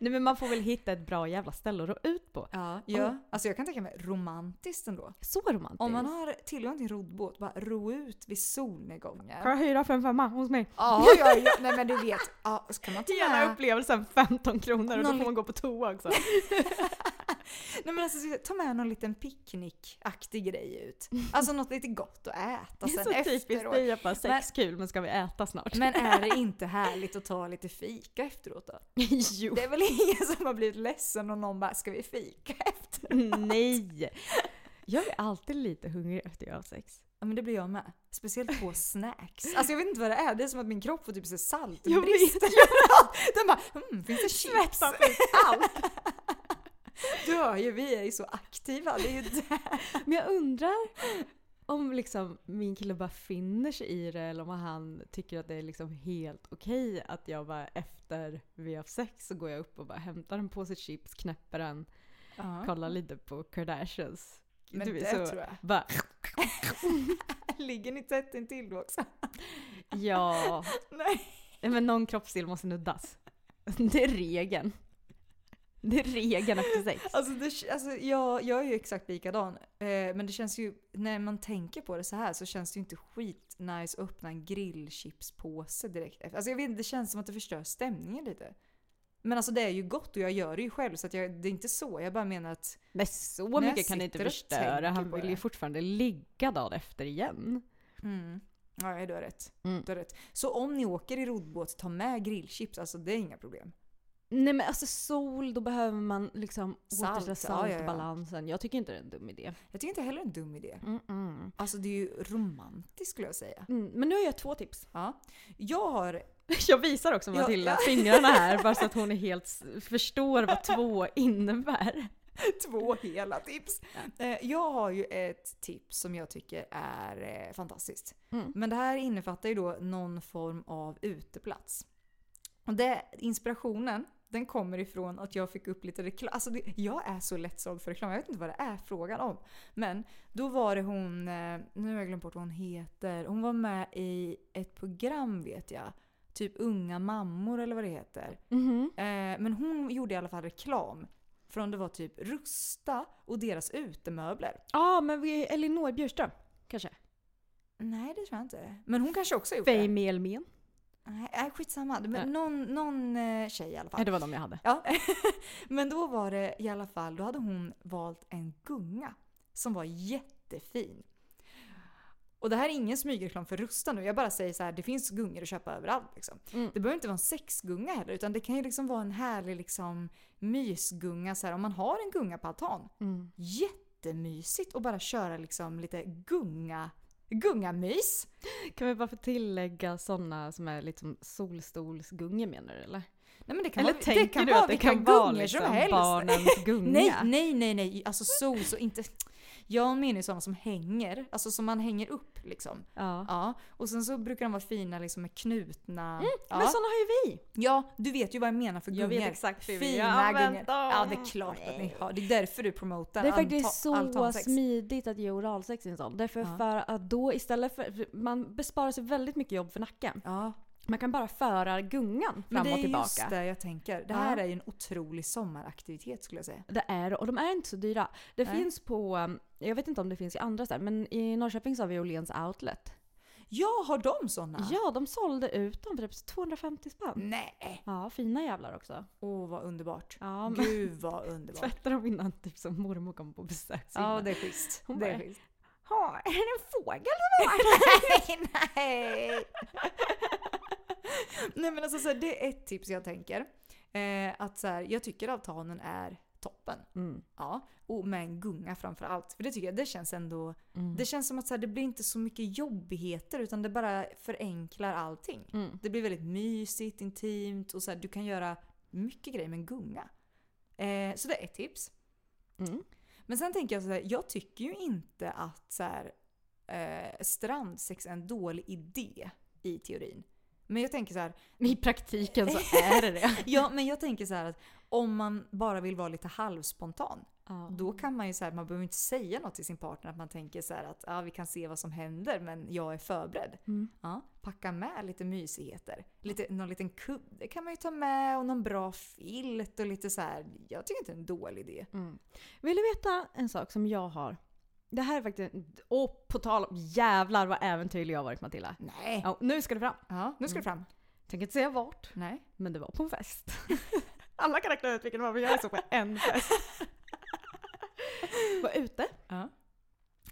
Speaker 2: Nej men man får väl hitta ett bra jävla ställe att ro ut på.
Speaker 1: Ja, ja. Alltså jag kan tänka mig romantiskt ändå.
Speaker 2: Så romantiskt.
Speaker 1: Om man har tillgång till en roddbåt, bara ro ut vid solnedgångar.
Speaker 2: Kan jag hyra för en femma hos mig?
Speaker 1: Ja, ja, ja. Nej men du vet. Ja, ska man ta
Speaker 2: Hela
Speaker 1: med...
Speaker 2: upplevelsen 15 kronor och då
Speaker 1: Någon-
Speaker 2: Alltså, får man gå på toa också.
Speaker 1: Nej men alltså, ta med någon liten picknickaktig grej ut. Alltså något lite gott att äta sen
Speaker 2: så typiskt
Speaker 1: efteråt.
Speaker 2: dig att bara sex
Speaker 1: Men-
Speaker 2: kul men ska vi äta snart?
Speaker 1: Men är det inte härligt att ta lite fika efteråt då?
Speaker 2: jo,
Speaker 1: Det är väl ingen som har blivit ledsen och någon bara “ska vi fika efter?”
Speaker 2: nej. Jag är alltid lite hungrig efter jag har sex.
Speaker 1: Ja men det blir jag med. Speciellt på snacks. Alltså jag vet inte vad det är, det är som att min kropp får typ så här
Speaker 2: Jag
Speaker 1: saltbrist överallt. Den bara mm, “finns det chips?” allt. Du hör ju, vi är ju så aktiva. Det är ju där.
Speaker 2: Men jag undrar om liksom min kille bara finner sig i det eller om han tycker att det är liksom helt okej att jag bara efter vi har haft sex så går jag upp och bara hämtar en påse chips, knäpper den, kollar lite på Kardashians.
Speaker 1: Men
Speaker 2: Du vet,
Speaker 1: det
Speaker 2: så
Speaker 1: tror jag.
Speaker 2: Bara,
Speaker 1: Ligger ni tätt intill då också?
Speaker 2: ja,
Speaker 1: Nej.
Speaker 2: Nej, men någon kroppsdel måste nuddas. Det är regeln. Det är regeln efter sex.
Speaker 1: Alltså, det, alltså jag, jag är ju exakt likadan. Eh, men det känns ju, när man tänker på det så här så känns det ju inte skitnice att öppna en grillchipspåse direkt efter. Alltså jag vet inte, det känns som att det förstör stämningen lite. Men alltså det är ju gott och jag gör det ju själv så att jag, det är inte så. Jag bara menar att
Speaker 2: Men så
Speaker 1: När jag
Speaker 2: mycket kan det inte
Speaker 1: sitter och
Speaker 2: förstöra.
Speaker 1: tänker
Speaker 2: Han
Speaker 1: på
Speaker 2: vill
Speaker 1: det.
Speaker 2: ju fortfarande ligga dagen efter igen.
Speaker 1: mm, ja, du har rätt.
Speaker 2: Mm.
Speaker 1: Du har rätt. Så om ni åker i roddbåt, ta med grillchips. Alltså det är inga problem.
Speaker 2: Nej men alltså sol, då behöver man liksom
Speaker 1: Salt,
Speaker 2: återställa
Speaker 1: ja, ja, ja.
Speaker 2: saltbalansen. Jag tycker inte det är en dum idé.
Speaker 1: Jag tycker inte heller det är en dum idé.
Speaker 2: Mm.
Speaker 1: Alltså det är ju romantiskt skulle jag säga.
Speaker 2: Men nu har jag två tips.
Speaker 1: Ja. Jag har
Speaker 2: Jag visar också Matilda fingrarna här bara så att hon är helt s- förstår vad två innebär.
Speaker 1: två hela tips. Eh, Jag har ju ett tips som jag tycker är eh, fantastiskt. Men det här innefattar ju då någon form av uteplats. Och det, inspirationen den kommer ifrån att jag fick upp lite reklam. Alltså det, jag är så lättsåld för reklam. Jag vet inte vad det är frågan om. Men då var det hon, eh, nu har jag glömt bort vad hon heter. Hon var med i ett program vet jag. Typ Unga mammor eller vad det heter.
Speaker 2: Mm-hmm.
Speaker 1: Eh, men hon gjorde i alla fall reklam. Från det var typ Rusta och deras utemöbler.
Speaker 2: Ja men vi, Elinor Bjurström kanske?
Speaker 1: Nej det tror jag inte. Men hon kanske också har gjort det.
Speaker 2: Fame Elmén?
Speaker 1: Nej nej, skitsamma. Men
Speaker 2: Nej.
Speaker 1: Någon, någon eh, tjej i alla fall.
Speaker 2: Ja det var de jag hade.
Speaker 1: Ja. Men då var det i alla fall, då hade hon valt en gunga som var jättefin. Och det här är ingen smygreklam för Rusta nu. Jag bara säger så här, det finns gungor att köpa överallt. Liksom. Det behöver inte vara en sexgunga heller, utan det kan ju liksom vara en härlig liksom, mysgunga. Så här, om man har en gunga på altan. Jättemysigt att bara köra liksom, lite gunga, gungamys.
Speaker 2: Kan vi bara få tillägga sådana som är liksom solstolsgungor menar du eller?
Speaker 1: Nej, men det kan
Speaker 2: Eller
Speaker 1: vara,
Speaker 2: tänker
Speaker 1: det kan
Speaker 2: du
Speaker 1: vara
Speaker 2: att det
Speaker 1: vilka
Speaker 2: kan vara
Speaker 1: gungor
Speaker 2: liksom
Speaker 1: som helst.
Speaker 2: barnens gunga?
Speaker 1: nej, nej, nej, nej. Alltså sol så inte... Jag menar ju sådana som hänger, alltså som man hänger upp liksom.
Speaker 2: Ja.
Speaker 1: Ja, och sen så brukar de vara fina liksom med knutna... ja.
Speaker 2: Mm, Men sådana har ju vi!
Speaker 1: ja, du vet ju vad jag menar för
Speaker 2: Jag
Speaker 1: gungor.
Speaker 2: vet exakt hur vi
Speaker 1: Fina
Speaker 2: har
Speaker 1: gungor.
Speaker 2: använt dem.
Speaker 1: Ja, det är klart att ni har. Det är därför du promotar
Speaker 2: Det är faktiskt
Speaker 1: anta-
Speaker 2: så
Speaker 1: altansex.
Speaker 2: smidigt att ge oralsex i en sån. Därför för att då istället för, för man besparar sig väldigt mycket jobb för nacken.
Speaker 1: Ja,
Speaker 2: Man kan bara föra gungan
Speaker 1: men
Speaker 2: fram
Speaker 1: det
Speaker 2: och
Speaker 1: är just
Speaker 2: tillbaka.
Speaker 1: det jag tänker. Det här
Speaker 2: Ja.
Speaker 1: är ju en otrolig sommaraktivitet skulle jag säga.
Speaker 2: Det är och de är inte så dyra. Det
Speaker 1: Nej.
Speaker 2: finns på, um, jag vet inte om det finns i andra städer, men i Norrköping så har vi Åhléns Outlet.
Speaker 1: Ja, har de sådana?
Speaker 2: Ja, de sålde ut dem för typ 250 spänn.
Speaker 1: Nej!
Speaker 2: Ja, fina jävlar också.
Speaker 1: Åh, vad underbart.
Speaker 2: Ja, men
Speaker 1: Gud vad underbart.
Speaker 2: tvättar dem innan typ som mormor kom på besök. så
Speaker 1: Ja,
Speaker 2: himla-
Speaker 1: det är schysst.
Speaker 2: Hon
Speaker 1: det
Speaker 2: bara,
Speaker 1: är schysst.
Speaker 2: "Ha, är det en fågel som har varit här?"
Speaker 1: nej, nej. nej men alltså så här, det är ett tips jag tänker. Eh, att så här, jag tycker altanen är toppen. Ja, och med en gunga framför allt. För det tycker jag, det känns ändå... Det känns som att så här, det blir inte så mycket jobbigheter utan det bara förenklar allting. Det blir väldigt mysigt, intimt och så här, du kan göra mycket grejer med en gunga. Eh, så det är ett tips.
Speaker 2: Mm.
Speaker 1: Men sen tänker jag så här, jag tycker ju inte att så här, eh, strandsex är en dålig idé i teorin. Men jag tänker så här,
Speaker 2: I praktiken så är det det.
Speaker 1: ja, men jag tänker så här att om man bara vill vara lite halvspontan,
Speaker 2: Ja.
Speaker 1: då kan man ju så här, man behöver inte säga något till sin partner att man tänker så här att ah, vi kan se vad som händer men jag är förberedd.
Speaker 2: Mm.
Speaker 1: Ja, packa med lite mysigheter. Lite, någon liten kudde kan man ju ta med och någon bra filt och lite så här. Jag tycker inte det är en dålig idé.
Speaker 2: Vill du veta en sak som jag har? Det här är faktiskt... Åh, på tal om jävlar vad äventyrlig jag har varit Matilda.
Speaker 1: Nej.
Speaker 2: Ja, Mm. nu ska det fram.
Speaker 1: Ja, nu ska det fram.
Speaker 2: Tänker inte säga vart,
Speaker 1: Nej.
Speaker 2: men det var på en fest. Alla kan räkna ut vilken det var, men jag är så på en fest. Var ute.
Speaker 1: Ja.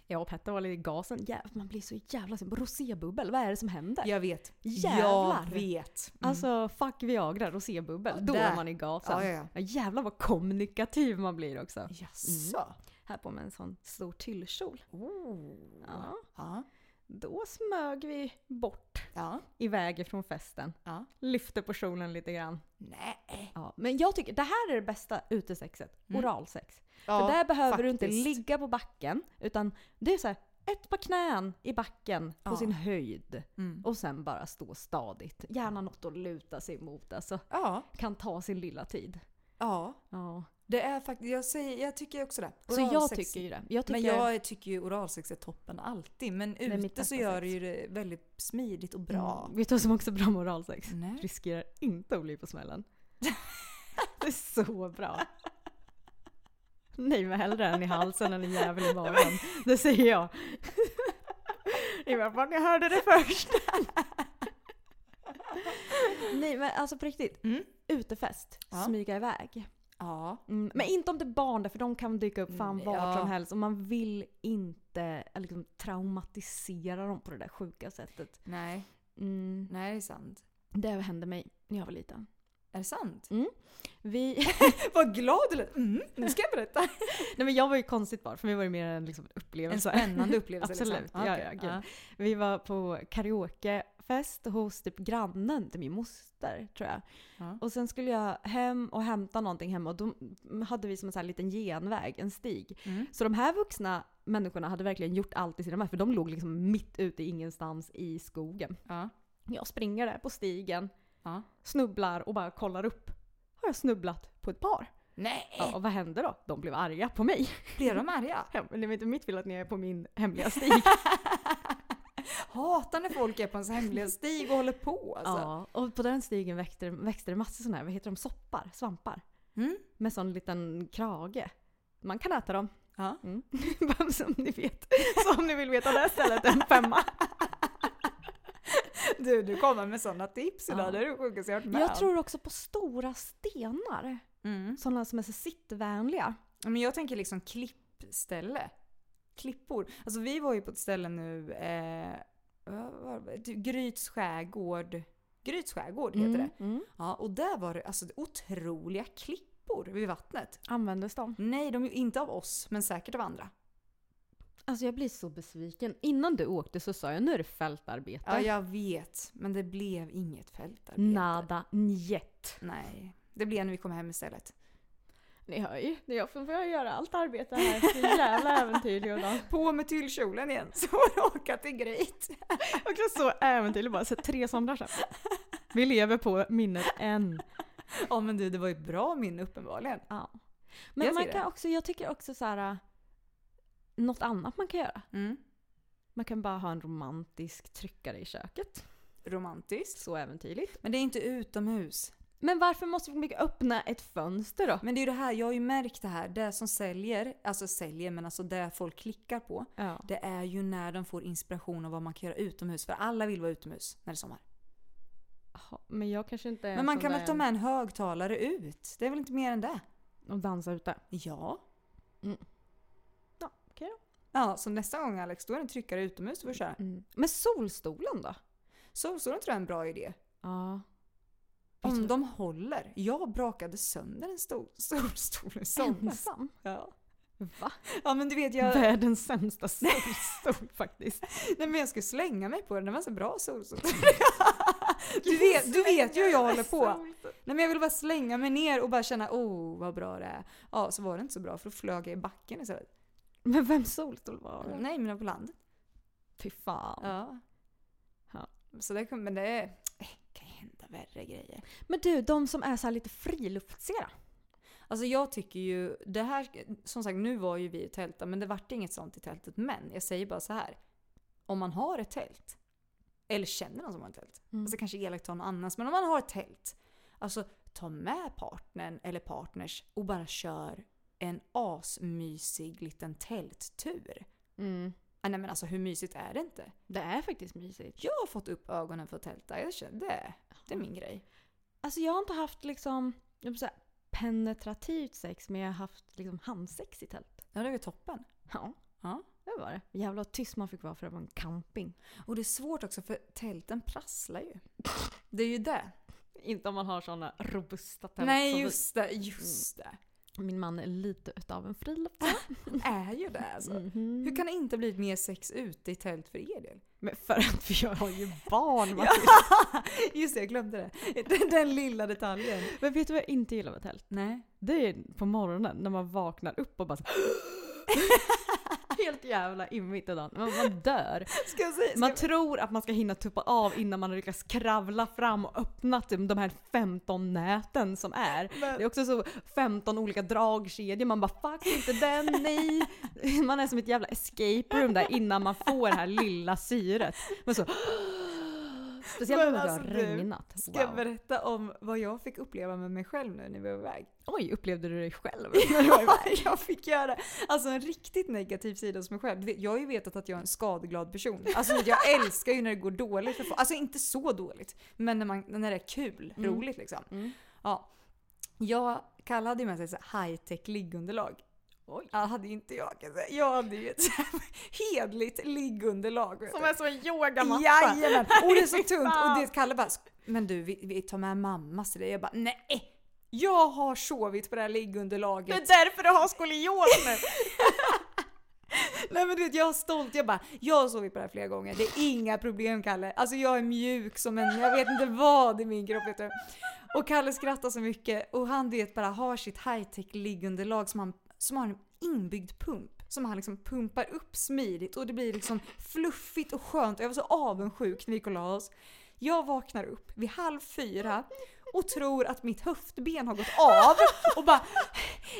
Speaker 2: Jag och Petter var lite i gasen. Jävlar, man blir så jävla sen på rosébubbel. Vad är det som händer?
Speaker 1: Jag vet.
Speaker 2: Jävlar.
Speaker 1: Jag vet. Mm.
Speaker 2: Alltså fuck Viagra, rosébubbel.
Speaker 1: Ja,
Speaker 2: Då
Speaker 1: där.
Speaker 2: är man i gasen.
Speaker 1: Ja, ja, ja.
Speaker 2: jävlar vad kommunikativ man blir också.
Speaker 1: Jaså?
Speaker 2: Här på med en sån stor tyllkjol. Ja.
Speaker 1: Ja.
Speaker 2: Då smög vi bort
Speaker 1: Ja.
Speaker 2: iväg ifrån festen.
Speaker 1: Ja.
Speaker 2: Lyfte på kjolen lite grann.
Speaker 1: Nej. Mm.
Speaker 2: Ja, men jag tycker det här är det bästa utesexet. Oralsex.
Speaker 1: Ja,
Speaker 2: För där behöver du inte
Speaker 1: faktiskt.
Speaker 2: ligga på backen. Utan det är så här, ett par knän i backen på
Speaker 1: Ja. Mm.
Speaker 2: sin höjd. Och sen bara stå stadigt. Gärna något att luta sig mot. Alltså,
Speaker 1: Ja.
Speaker 2: kan ta sin lilla tid.
Speaker 1: Ja.
Speaker 2: Ja.
Speaker 1: Det är faktiskt, jag, säger, jag tycker också det.
Speaker 2: Så jag
Speaker 1: Oralsex-
Speaker 2: tycker ju det. Jag tycker,
Speaker 1: Men jag tycker ju oralsex är toppen alltid. Men
Speaker 2: är mitt
Speaker 1: ute så
Speaker 2: bästa
Speaker 1: gör
Speaker 2: sex.
Speaker 1: det ju det väldigt smidigt och bra.
Speaker 2: Mm. Vet du vad som också är bra med oralsex?
Speaker 1: Nej.
Speaker 2: Riskerar inte att bli på smällen. det är så bra. Nej, men hellre en i halsen än en jävel i magen. Det säger jag. I varje fall jag hörde det först. Nej men alltså på riktigt. Utefest. Smyga iväg.
Speaker 1: Mm. Ja.
Speaker 2: Mm, men inte om det är barn där för de kan dyka upp fan vart
Speaker 1: ja.
Speaker 2: som helst. Och man vill inte eh, liksom, traumatisera dem på det där sjuka sättet.
Speaker 1: Nej,
Speaker 2: Mm,
Speaker 1: nej det är sant.
Speaker 2: det hände mig när jag var liten.
Speaker 1: Är det sant?
Speaker 2: Vi,
Speaker 1: Vad glad du lät! Mm, nu ska jag berätta.
Speaker 2: nej men jag var ju konstigt barn för mig var det mer en liksom,
Speaker 1: En
Speaker 2: upplevelse.
Speaker 1: spännande upplevelse.
Speaker 2: Absolut,
Speaker 1: liksom.
Speaker 2: ja,
Speaker 1: Okej,
Speaker 2: ja, gud. Vi var på karaokefest hos typ grannen till min moster tror jag.
Speaker 1: Ja.
Speaker 2: Och sen skulle jag hem och hämta någonting hemma och då hade vi som en sån här liten genväg, en stig. Så de här vuxna människorna hade verkligen gjort allt i sina makt för de låg liksom mitt ute i ingenstans i skogen.
Speaker 1: Ja.
Speaker 2: Jag springer där på stigen,
Speaker 1: Ja.
Speaker 2: snubblar och bara kollar upp. Har jag snubblat på ett par?
Speaker 1: Nej!
Speaker 2: Ja, och vad hände då? De blev arga på mig.
Speaker 1: Blir de arga?
Speaker 2: Ja, men Det var inte mitt fel att ni är på min hemliga stig.
Speaker 1: Hatar när folk är på ens hemliga stig och håller på alltså.
Speaker 2: Ja, och på den stigen växte, växte det massor sådana här, vad heter de, soppar? Svampar?
Speaker 1: Mm.
Speaker 2: Med sån liten krage. Man kan äta dem.
Speaker 1: Ja.
Speaker 2: Mm. Bara som ni vet. Så om ni vill veta det här stället, en femma.
Speaker 1: Du, du kommer med sådana tips idag.
Speaker 2: Ja.
Speaker 1: Det är det sjukaste jag har hört med
Speaker 2: Jag
Speaker 1: om.
Speaker 2: tror också på stora stenar.
Speaker 1: Mm.
Speaker 2: Sådana som är så sittvänliga.
Speaker 1: Men jag tänker liksom klippställe. Klippor. Alltså vi var ju på ett ställe nu, eh, vad var det? Typ Gryts skärgård. Gryts skärgård heter det.
Speaker 2: Mm.
Speaker 1: Ja, och där var det alltså otroliga klippor vid vattnet.
Speaker 2: Användes de?
Speaker 1: Nej, de är ju inte av oss, men säkert av andra.
Speaker 2: Alltså jag blir så besviken. Innan du åkte så sa jag nu är det fältarbete.
Speaker 1: Ja, jag vet. Men det blev inget fältarbete.
Speaker 2: Nada, njet.
Speaker 1: Nej. Det blev när vi kom hem istället.
Speaker 2: Ni hör ju, jag får börja göra allt arbete här. Så jävla äventyrlig och dag.
Speaker 1: På med tyllkjolen igen så får du åka till Gryt.
Speaker 2: Också så äventyrligt bara, så tre somrar sedan. Vi lever på minnet än.
Speaker 1: Ja men du, det var ju ett bra minne uppenbarligen.
Speaker 2: Ja. Men
Speaker 1: Jag
Speaker 2: man
Speaker 1: ser
Speaker 2: kan
Speaker 1: det.
Speaker 2: också, jag tycker också så här. äh, Något annat man kan göra.
Speaker 1: Mm.
Speaker 2: Man kan bara ha en romantisk tryckare i köket.
Speaker 1: Romantiskt.
Speaker 2: Så äventyrligt.
Speaker 1: Men det är inte utomhus.
Speaker 2: Men varför måste vi öppna ett fönster då?
Speaker 1: Men det är ju det här, jag har ju märkt det här. Det som säljer, alltså säljer men alltså det folk klickar på.
Speaker 2: Ja.
Speaker 1: Det är ju när de får inspiration av vad man kan göra utomhus. För alla vill vara utomhus när det är sommar.
Speaker 2: Jaha, Men jag kanske inte är
Speaker 1: Men
Speaker 2: en
Speaker 1: man
Speaker 2: sån
Speaker 1: kan
Speaker 2: där
Speaker 1: väl ta
Speaker 2: än.
Speaker 1: med en högtalare ut? Det är väl inte mer än det?
Speaker 2: och dansa ute.
Speaker 1: Ja.
Speaker 2: Ja, okej då.
Speaker 1: Ja, så nästa gång Alex, då är det en tryckare utomhus du får köra.
Speaker 2: Mm. Men solstolen då?
Speaker 1: Solstolen tror jag är en bra idé.
Speaker 2: Ja.
Speaker 1: Om de håller. Jag brakade sönder en stol, solstol i somras.
Speaker 2: Ensam?
Speaker 1: Ja.
Speaker 2: Va?
Speaker 1: ja men du vet jag,
Speaker 2: Världens sämsta solstol faktiskt.
Speaker 1: nej, men jag skulle slänga mig på den, den var så bra solstol. du, vet, du vet ju hur jag håller
Speaker 2: Alltså.
Speaker 1: på. Nej, men jag ville bara slänga mig ner och bara känna oh vad bra det är. Ja så var det inte så bra för då flög jag i backen istället.
Speaker 2: Men vems solstol var det?
Speaker 1: Nej men jag var på landet.
Speaker 2: Fy fan.
Speaker 1: Ja.
Speaker 2: Ja.
Speaker 1: Så det kan, men det eh, kan ju hända värre grejer.
Speaker 2: Men du, de som är så här lite friluftsiga
Speaker 1: Alltså jag tycker ju, det här, som sagt nu var ju vi i tälta men det vart inget sånt i tältet. Men jag säger bara så här. Om man har ett tält, eller känner någon som har ett tält. Alltså kanske elakt ta någon annans, men om man har ett tält. Alltså ta med partnern eller partners och bara kör en asmysig liten tälttur. Ah, nej men alltså hur mysigt är det inte?
Speaker 2: Det är faktiskt mysigt.
Speaker 1: Jag har fått upp ögonen för att tälta. Jag känner det. Det är min grej.
Speaker 2: Alltså jag har inte haft liksom jag vill säga, penetrativt sex men jag har haft liksom handsex i tält.
Speaker 1: Ja, det var ju toppen.
Speaker 2: Ja,
Speaker 1: Ja.
Speaker 2: det var det. Jävlar vad tyst man fick vara för det var en camping.
Speaker 1: Och det är svårt också för tälten prasslar ju. Det är ju det.
Speaker 2: Inte om man har såna robusta tält som
Speaker 1: Nej
Speaker 2: vi-
Speaker 1: just det, just det.
Speaker 2: Min man är lite utav en friluftsman.
Speaker 1: Är ju det alltså. Hur kan det inte bli mer sex ute i tält för er del?
Speaker 2: Men för att vi har ju barn. Martin.
Speaker 1: Just det, jag glömde det. Den, den lilla detaljen.
Speaker 2: Men vet du vad jag inte gillar med tält?
Speaker 1: Nej.
Speaker 2: Det är på morgonen när man vaknar upp och bara så... Helt jävla in mitt i dagen. Man, man dör.
Speaker 1: Ska jag säga? Ska
Speaker 2: Man tror att man ska hinna tuppa av innan man har lyckats kravla fram och öppna typ de här 15 näten som är. Det är också så 15 olika dragkedjor. Man bara fuck inte den, nej. Man är som ett jävla escape room där innan man får det här lilla syret. Men så... Speciellt
Speaker 1: Men
Speaker 2: om det har
Speaker 1: alltså, du,
Speaker 2: regnat.
Speaker 1: Ska jag
Speaker 2: Wow.
Speaker 1: berätta om vad jag fick uppleva med mig själv nu när vi var iväg?
Speaker 2: Oj, upplevde du dig själv?
Speaker 1: jag fick göra alltså en riktigt negativ sida hos mig själv. Du vet, Jag har ju vetat att jag är en skadeglad person. Alltså jag älskar ju när det går dåligt för folk. Alltså inte så dåligt, men när, man, när det är kul,
Speaker 2: Mm.
Speaker 1: roligt liksom. Ja. Jag kallade ju med sig så här high-tech liggunderlag. Oj. Ja, hade ju inte jag. kan jag säga. Jag hade ju ett så här hedligt liggunderlag. vet du.
Speaker 2: som en yogamatta.
Speaker 1: Jajamän! Och det är så tungt. Och
Speaker 2: fan.
Speaker 1: det Kalle bara “men du, vi, vi tar med mamma” så det. Jag bara “nej!” Jag har sovit på det här liggunderlaget.
Speaker 2: därför du har skolios nu.
Speaker 1: Nej men du vet, jag är stolt. Jag bara, jag har sovit på det här flera gånger. Det är inga problem Kalle. Alltså jag är mjuk som en, jag vet inte vad i min kropp vet du. Och Kalle skrattar så mycket och han du vet bara har sitt high-tech liggunderlag som, han, som har en inbyggd pump. Som han liksom pumpar upp smidigt och det blir liksom fluffigt och skönt. Och jag var så avundsjuk när vi gick och la oss. Jag vaknar upp vid halv fyra och tror att mitt höftben har gått av och bara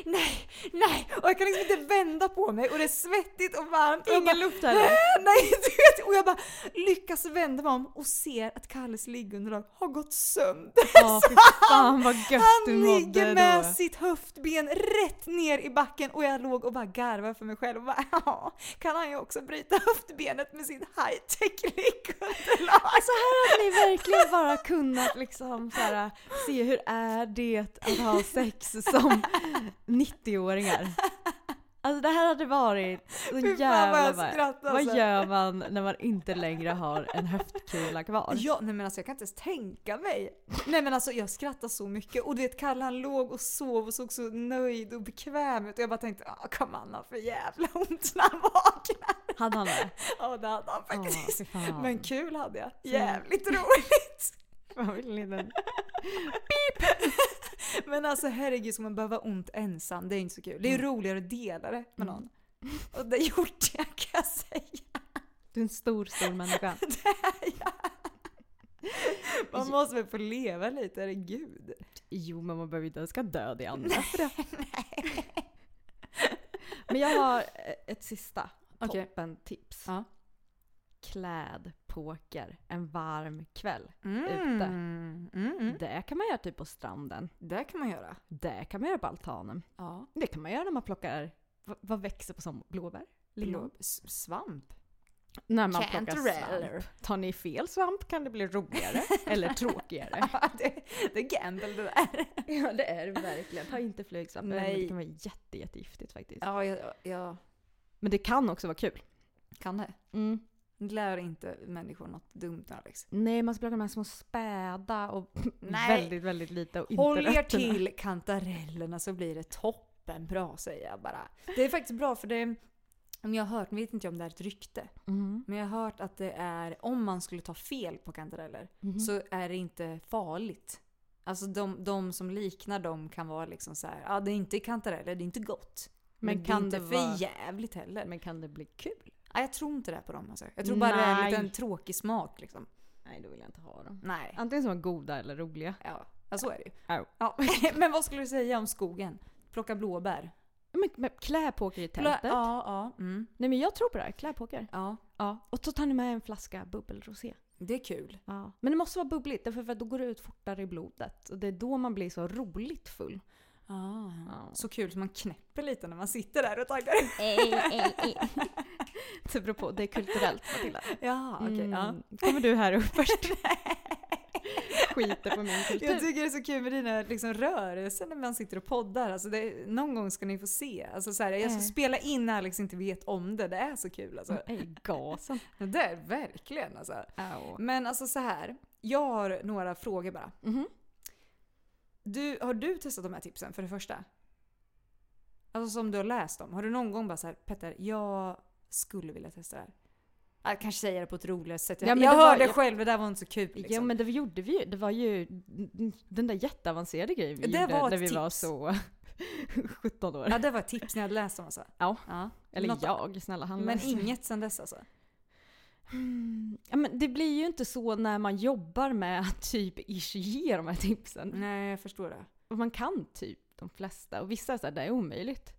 Speaker 1: nej, nej och jag kan liksom inte vända på mig och det är svettigt och varmt. och jag
Speaker 2: Ingen
Speaker 1: bara, "Äh,
Speaker 2: luft heller.
Speaker 1: Nej, du vet, och jag bara lyckas vända mig om och ser att Kalles liggunderlag har gått sönder.
Speaker 2: Ja, fy fan vad gött du
Speaker 1: Han
Speaker 2: mådde
Speaker 1: ligger med
Speaker 2: då.
Speaker 1: sitt höftben rätt ner i backen och jag låg och bara garvade för mig själv och bara ja, kan han ju också bryta höftbenet med sin high-tech liggunderlag?
Speaker 2: Så Alltså, här hade ni verkligen bara kunnat liksom så här, se hur är det att ha sex som 90-åringar. Alltså det här hade varit så
Speaker 1: Fy fan, vad
Speaker 2: jävla...
Speaker 1: jag
Speaker 2: bara-
Speaker 1: skrattar,
Speaker 2: vad
Speaker 1: alltså.
Speaker 2: gör man när man inte längre har en höftkula kvar?
Speaker 1: Ja, nej men alltså jag kan inte ens tänka mig. Nej men alltså jag skrattar så mycket och du vet Kalle han låg och sov och såg så nöjd och bekväm ut och jag bara tänkte ah kom han har för jävla ont när han vaknar.
Speaker 2: Hade han det?
Speaker 1: Ja det hade han
Speaker 2: Ja,
Speaker 1: faktiskt.
Speaker 2: fy fan.
Speaker 1: men kul hade jag. Jävligt roligt.
Speaker 2: Fan, vilken liten-
Speaker 1: Men alltså herregud ska man behöva ont ensam? Det är inte så kul. Det
Speaker 2: Mm.
Speaker 1: är roligare att dela det med någon. Och det gjorde jag kan jag säga.
Speaker 2: Du är en stor, stor människa.
Speaker 1: Man måste väl få leva lite, herregud.
Speaker 2: Jo, men man behöver inte ens ska dö i andra för det. men jag har eh, ett sista
Speaker 1: Okej.
Speaker 2: toppen tips.
Speaker 1: Ja.
Speaker 2: Kläd poker en varm kväll.
Speaker 1: Mm.
Speaker 2: Ute.
Speaker 1: Mm, mm.
Speaker 2: Det kan man göra typ på stranden.
Speaker 1: Det kan man göra.
Speaker 2: Det kan man göra på altanen.
Speaker 1: Ja.
Speaker 2: Det kan man göra när man plockar, vad, vad växer på som blåbär? Lingon?
Speaker 1: Blå, s- svamp?
Speaker 2: När man plockar
Speaker 1: Cantareller.
Speaker 2: svamp. Tar ni fel svamp kan det bli roligare eller tråkigare.
Speaker 1: Ja, det, det är gamble det där.
Speaker 2: ja det är det verkligen. Ta inte flygsvamp. Nej.
Speaker 1: Nej.
Speaker 2: Det kan vara jätte, jättegiftigt faktiskt.
Speaker 1: Ja, jag, jag
Speaker 2: Men det kan också vara kul.
Speaker 1: kan det.
Speaker 2: Mm.
Speaker 1: Lär inte människor något dumt liksom. Alex.
Speaker 2: Nej, man ska plocka de här små späda och
Speaker 1: Nej.
Speaker 2: väldigt, väldigt lite och inte
Speaker 1: Håll er
Speaker 2: rötterna.
Speaker 1: till kantarellerna så blir det toppen bra säger jag bara. Det är faktiskt bra för det om jag har hört, nu vet inte jag om det är ett rykte,
Speaker 2: Mm.
Speaker 1: men jag har hört att det är om man skulle ta fel på kantareller
Speaker 2: mhm. Mm.
Speaker 1: så är det inte farligt. Alltså de, de som liknar dem kan vara liksom så här, ja ah, det är inte kantareller, det är inte gott. Men,
Speaker 2: Men kan
Speaker 1: det
Speaker 2: det
Speaker 1: är inte
Speaker 2: vara-
Speaker 1: för jävligt heller.
Speaker 2: Men kan det bli kul?
Speaker 1: Nej, jag tror inte det på dem alltså. Jag tror bara det är en
Speaker 2: Nej.
Speaker 1: liten tråkig smak liksom.
Speaker 2: Nej, då vill jag inte ha dem.
Speaker 1: Nej.
Speaker 2: Antingen som är goda eller roliga.
Speaker 1: Ja, ja så är det ju.
Speaker 2: Ja.
Speaker 1: Ja. Men vad skulle du säga om skogen? Plocka blåbär?
Speaker 2: Men, men kläpoker i
Speaker 1: Plö-
Speaker 2: tältet.
Speaker 1: ja, ja. Mm.
Speaker 2: Nej men jag tror på det här, kläpoker.
Speaker 1: ja.
Speaker 2: Ja. Och så tar ni med en flaska bubbelrosé.
Speaker 1: Det är kul.
Speaker 2: Ja. Men det måste vara bubbligt, därför för att då går det ut fortare i blodet. Och det är då man blir så roligt full.
Speaker 1: Ja.
Speaker 2: Ja.
Speaker 1: Så kul så man knäpper lite när man sitter där och taggar.
Speaker 2: Det beror på, det
Speaker 1: Mm.
Speaker 2: Mm. är kulturellt Matilda.
Speaker 1: Ja, okej. ja.
Speaker 2: Kommer du här upp först? skiter på min kultur.
Speaker 1: Jag tycker det är så kul med dina liksom, rörelser när man sitter och poddar. Alltså, det, någon gång ska ni få se. Alltså, så här, jag ska
Speaker 2: Nej.
Speaker 1: spela in när Alex inte vet om det. Det är så kul alltså.
Speaker 2: Nej, gasen.
Speaker 1: Det är verkligen alltså.
Speaker 2: Au.
Speaker 1: Men alltså så här. Jag har några frågor bara. Du, har du testat de här tipsen för det första? Alltså som du har läst dem. Har du någon gång bara så här, Petter, jag skulle vilja testa det här. Jag kanske säger det på ett roligare sätt. Jag,
Speaker 2: Ja, men
Speaker 1: jag
Speaker 2: det var-
Speaker 1: hörde
Speaker 2: jag-
Speaker 1: själv, det där var inte så kul. Liksom.
Speaker 2: Ja men det gjorde vi ju. Det var ju den där jätteavancerade grejen vi
Speaker 1: Det
Speaker 2: gjorde
Speaker 1: var ett
Speaker 2: när vi var
Speaker 1: tips.
Speaker 2: så 17 år.
Speaker 1: ja, det var ett tips när jag hade läst dem alltså.
Speaker 2: Ja.
Speaker 1: ja.
Speaker 2: Eller
Speaker 1: Något-
Speaker 2: jag, snälla han
Speaker 1: Men
Speaker 2: läser.
Speaker 1: inget sen dess alltså?
Speaker 2: Ja, men det blir ju inte så när man jobbar med att typ ish ge de här tipsen.
Speaker 1: Nej, jag förstår det.
Speaker 2: Och man kan typ de flesta och vissa är såhär, det är omöjligt.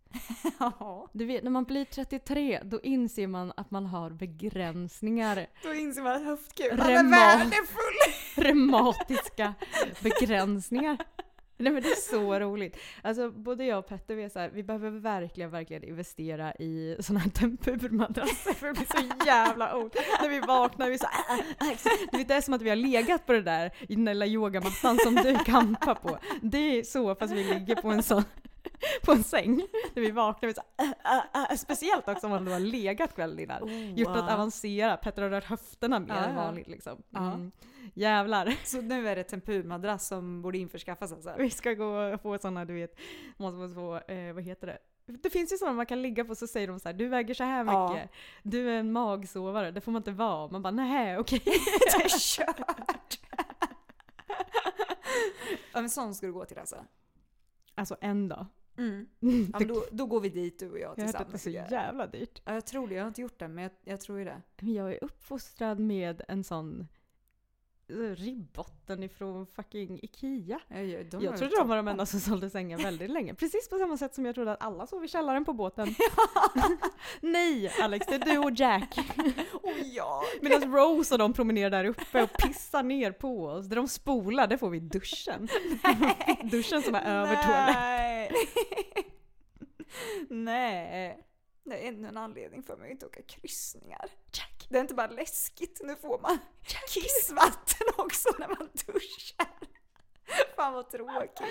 Speaker 1: Ja.
Speaker 2: Du vet, när man blir 33 då inser man att man har begränsningar.
Speaker 1: Då inser man att höftkulan
Speaker 2: Remat.
Speaker 1: är värdefull!
Speaker 2: reumatiska begränsningar. Nej men det är så roligt. Alltså både jag och Petter vi är så här, vi behöver verkligen, verkligen investera i sådana här tempurmadrasser för det blir så jävla ont. När vi vaknar vi är så här, "Äh, äh, äh." Du vet, det är som att vi har legat på det där i den där lilla yogamattan som du kampar på. Det är så fast vi ligger på en sån på en säng. När vi vaknar vi är så här, "Äh, äh, äh." Speciellt också om man då har legat kvällen innan. Gjort något avancerat, Petter har rört höfterna mer
Speaker 1: Oh, Ah, Ja,
Speaker 2: än
Speaker 1: ja.
Speaker 2: vanligt liksom.
Speaker 1: Ja.
Speaker 2: Mm. Jävlar.
Speaker 1: Så nu är det tempurmadrass som borde införskaffas alltså?
Speaker 2: Vi ska gå och få sådana, du vet, måste man få, eh, vad heter det? Det finns ju sådana man kan ligga på så säger de så här, du väger så här
Speaker 1: Ja.
Speaker 2: mycket, du är en magsovare, det får man inte vara. Man bara nej, okej.
Speaker 1: Det är kört! ja men sån ska du gå till alltså?
Speaker 2: Alltså en dag.
Speaker 1: Ja, men då, då går vi dit du och Mm. jag
Speaker 2: Jag har hört att det är
Speaker 1: tillsammans.
Speaker 2: så jävla dyrt.
Speaker 1: ja, jag tror det, jag har inte gjort det men jag, jag tror ju det.
Speaker 2: Men jag är uppfostrad med en sån eh, ribbotten ifrån fucking Ikea.
Speaker 1: Jag, jag, de har
Speaker 2: Jag
Speaker 1: ju
Speaker 2: trodde de var de
Speaker 1: toppat.
Speaker 2: enda som sålde sängar väldigt länge. Precis på samma sätt som jag trodde att alla sov i källaren på båten. Nej Alex, det är du och Jack.
Speaker 1: Och jag!
Speaker 2: Medan Rose och de promenerar där uppe och pissar ner på oss. Där de spolar, det får vi i duschen. duschen som är över toaletten.
Speaker 1: Nej! Nej. Det är ännu en anledning för mig att inte åka kryssningar. Jack. Det är inte bara läskigt, nu får man kissvatten också när man duschar. Fan vad tråkigt.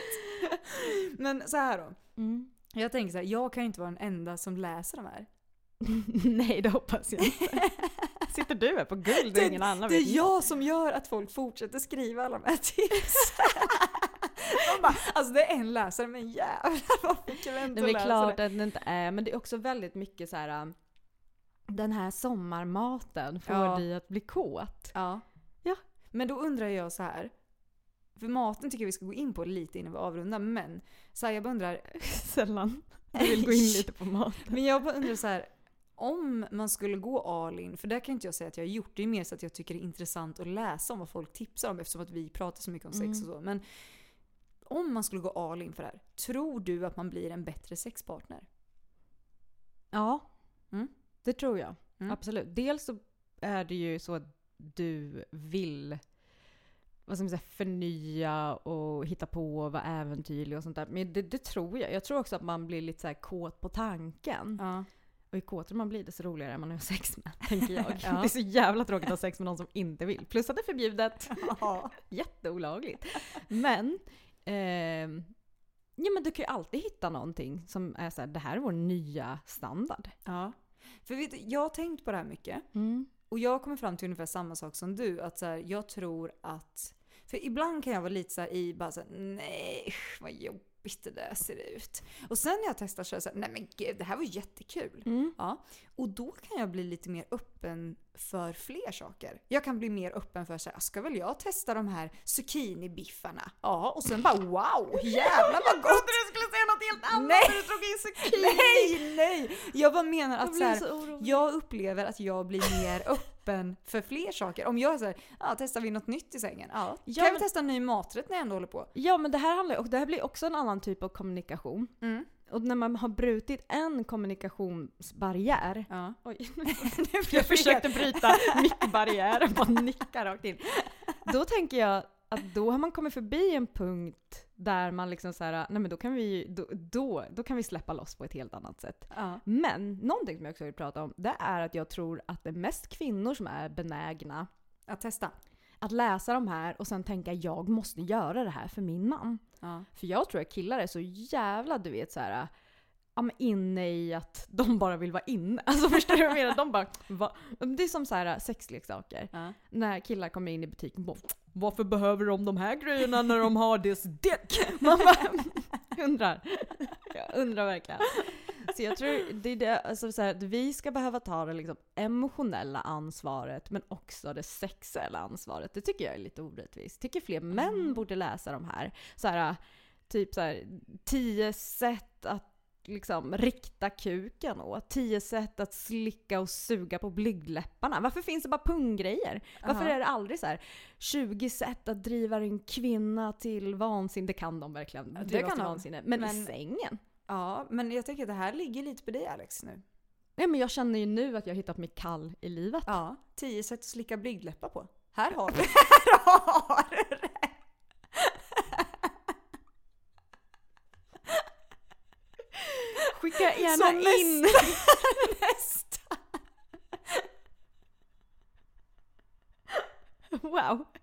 Speaker 1: Men så här då.
Speaker 2: Mm.
Speaker 1: Jag tänker så här, jag kan ju inte vara den enda som läser de här.
Speaker 2: Nej, det hoppas jag inte. Sitter du här på guld och ingen annan
Speaker 1: det
Speaker 2: vet
Speaker 1: är jag som gör att folk fortsätter skriva alla de här tipsen. De bara, alltså det är en läsare men jävlar vad fick jag vänta
Speaker 2: Det är väl klart att det inte är, men det är också väldigt mycket så här. um, Den här sommarmaten får
Speaker 1: Ja.
Speaker 2: dig att bli kåt.
Speaker 1: Ja.
Speaker 2: Ja.
Speaker 1: Men då undrar jag så här. För maten tycker jag vi ska gå in på lite innan vi avrundar, men så här, jag bara undrar.
Speaker 2: Sällan. Jag vill gå in lite på maten.
Speaker 1: Men jag bara undrar så här. Om man skulle gå all in, för där kan inte jag säga att jag har gjort. Det är mer så att jag tycker det är intressant att läsa om vad folk tipsar om eftersom att vi pratar så mycket om sex och så. Men om man skulle gå all in för det här, tror du att man blir en bättre sexpartner?
Speaker 2: Ja,
Speaker 1: Mm.
Speaker 2: det tror jag.
Speaker 1: Mm.
Speaker 2: Absolut. Dels så är det ju så att du vill vad ska man säga, förnya och hitta på och vara äventyrlig och sånt där. Men det, det tror jag. Jag tror också att man blir lite så här kåt på tanken.
Speaker 1: Ja.
Speaker 2: Och ju kåtare man blir desto roligare är man att ha sex med, tänker jag.
Speaker 1: Ja.
Speaker 2: Det är så jävla tråkigt att ha sex med någon som inte vill. Plus att det är förbjudet.
Speaker 1: Ja.
Speaker 2: Jätteolagligt. Men, ehm, ja men du kan ju alltid hitta någonting som är så här, det här är vår nya standard.
Speaker 1: ja. För vet du, jag har tänkt på det här mycket.
Speaker 2: Mm.
Speaker 1: Och jag kommer fram till ungefär samma sak som du. Att så här, jag tror att... För ibland kan jag vara lite så här i bara så här, nej usch, vad jobbigt det där ser ut. Och sen när jag testar så är jag så här, nej men gud det här var ju jättekul.
Speaker 2: Mm.
Speaker 1: Ja. Och då kan jag bli lite mer öppen för fler saker. Jag kan bli mer öppen för så här, ska väl jag testa de här zucchinibiffarna? Ja, och sen bara wow, jävlar vad gott!
Speaker 2: du skulle säga något
Speaker 1: Nej.
Speaker 2: helt när drog in zucchini!
Speaker 1: Nej, nej! Jag bara menar att
Speaker 2: Jag
Speaker 1: så
Speaker 2: blir
Speaker 1: här,
Speaker 2: så orolig.
Speaker 1: jag upplever att jag blir mer öppen för fler saker. Om jag är såhär, ja testar vi något nytt i sängen? Ja.
Speaker 2: Ja,
Speaker 1: kan vi
Speaker 2: men-
Speaker 1: testa en ny maträtt när jag ändå håller på?
Speaker 2: Ja men det här handlar och det här blir också en annan typ av kommunikation.
Speaker 1: Mm.
Speaker 2: Och när man har brutit en kommunikationsbarriär.
Speaker 1: Ja.
Speaker 2: Oj,
Speaker 1: jag
Speaker 2: jag försökte bryta mickbarriären och bara nicka rakt in. Då tänker jag att då har man kommit förbi en punkt där man liksom så här, nej men då kan vi ju- då, då, då kan vi släppa loss på ett helt annat sätt.
Speaker 1: Ja.
Speaker 2: Men någonting som jag också vill prata om, det är att jag tror att det är mest kvinnor som är benägna
Speaker 1: Att testa.
Speaker 2: Att läsa de här och sen tänka jag måste göra det här för min man.
Speaker 1: Ja.
Speaker 2: För jag tror att killar är så jävla du vet så här. Ja, men inne i att de bara vill vara inne. Alltså förstår du vad jag menar? De bara, va? Det är som så här äh, sexleksaker.
Speaker 1: Ja.
Speaker 2: När killar kommer in i butiken bara, varför behöver de de här grejerna när de har dess dick? Man bara, undrar. Jag undrar verkligen. Så jag tror det är det, alltså så här, att vi ska behöva ta det liksom emotionella ansvaret men också det sexuella ansvaret. Det tycker jag är lite orättvist. Tycker fler
Speaker 1: Mm.
Speaker 2: män borde läsa de här. Så här typ så här, tio sätt att liksom rikta kuken åt. Tio sätt att slicka och suga på blygdläpparna. Varför finns det bara punggrejer? Varför
Speaker 1: Aha.
Speaker 2: är det aldrig så här 20 sätt att driva en kvinna till vansinne? Det kan de verkligen.
Speaker 1: Ja, det
Speaker 2: driva
Speaker 1: kan
Speaker 2: till
Speaker 1: de.
Speaker 2: vansinne. Men, i
Speaker 1: Men-
Speaker 2: sängen?
Speaker 1: ja, men jag tänker att det här ligger lite på dig Alex nu.
Speaker 2: Nej men jag känner ju nu att jag har hittat mig kall i livet.
Speaker 1: Ja, tio sätt att slicka blygdläppar på. Här har du, här har du det!
Speaker 2: Skicka gärna
Speaker 1: Som
Speaker 2: in!
Speaker 1: Nästa!
Speaker 2: Wow!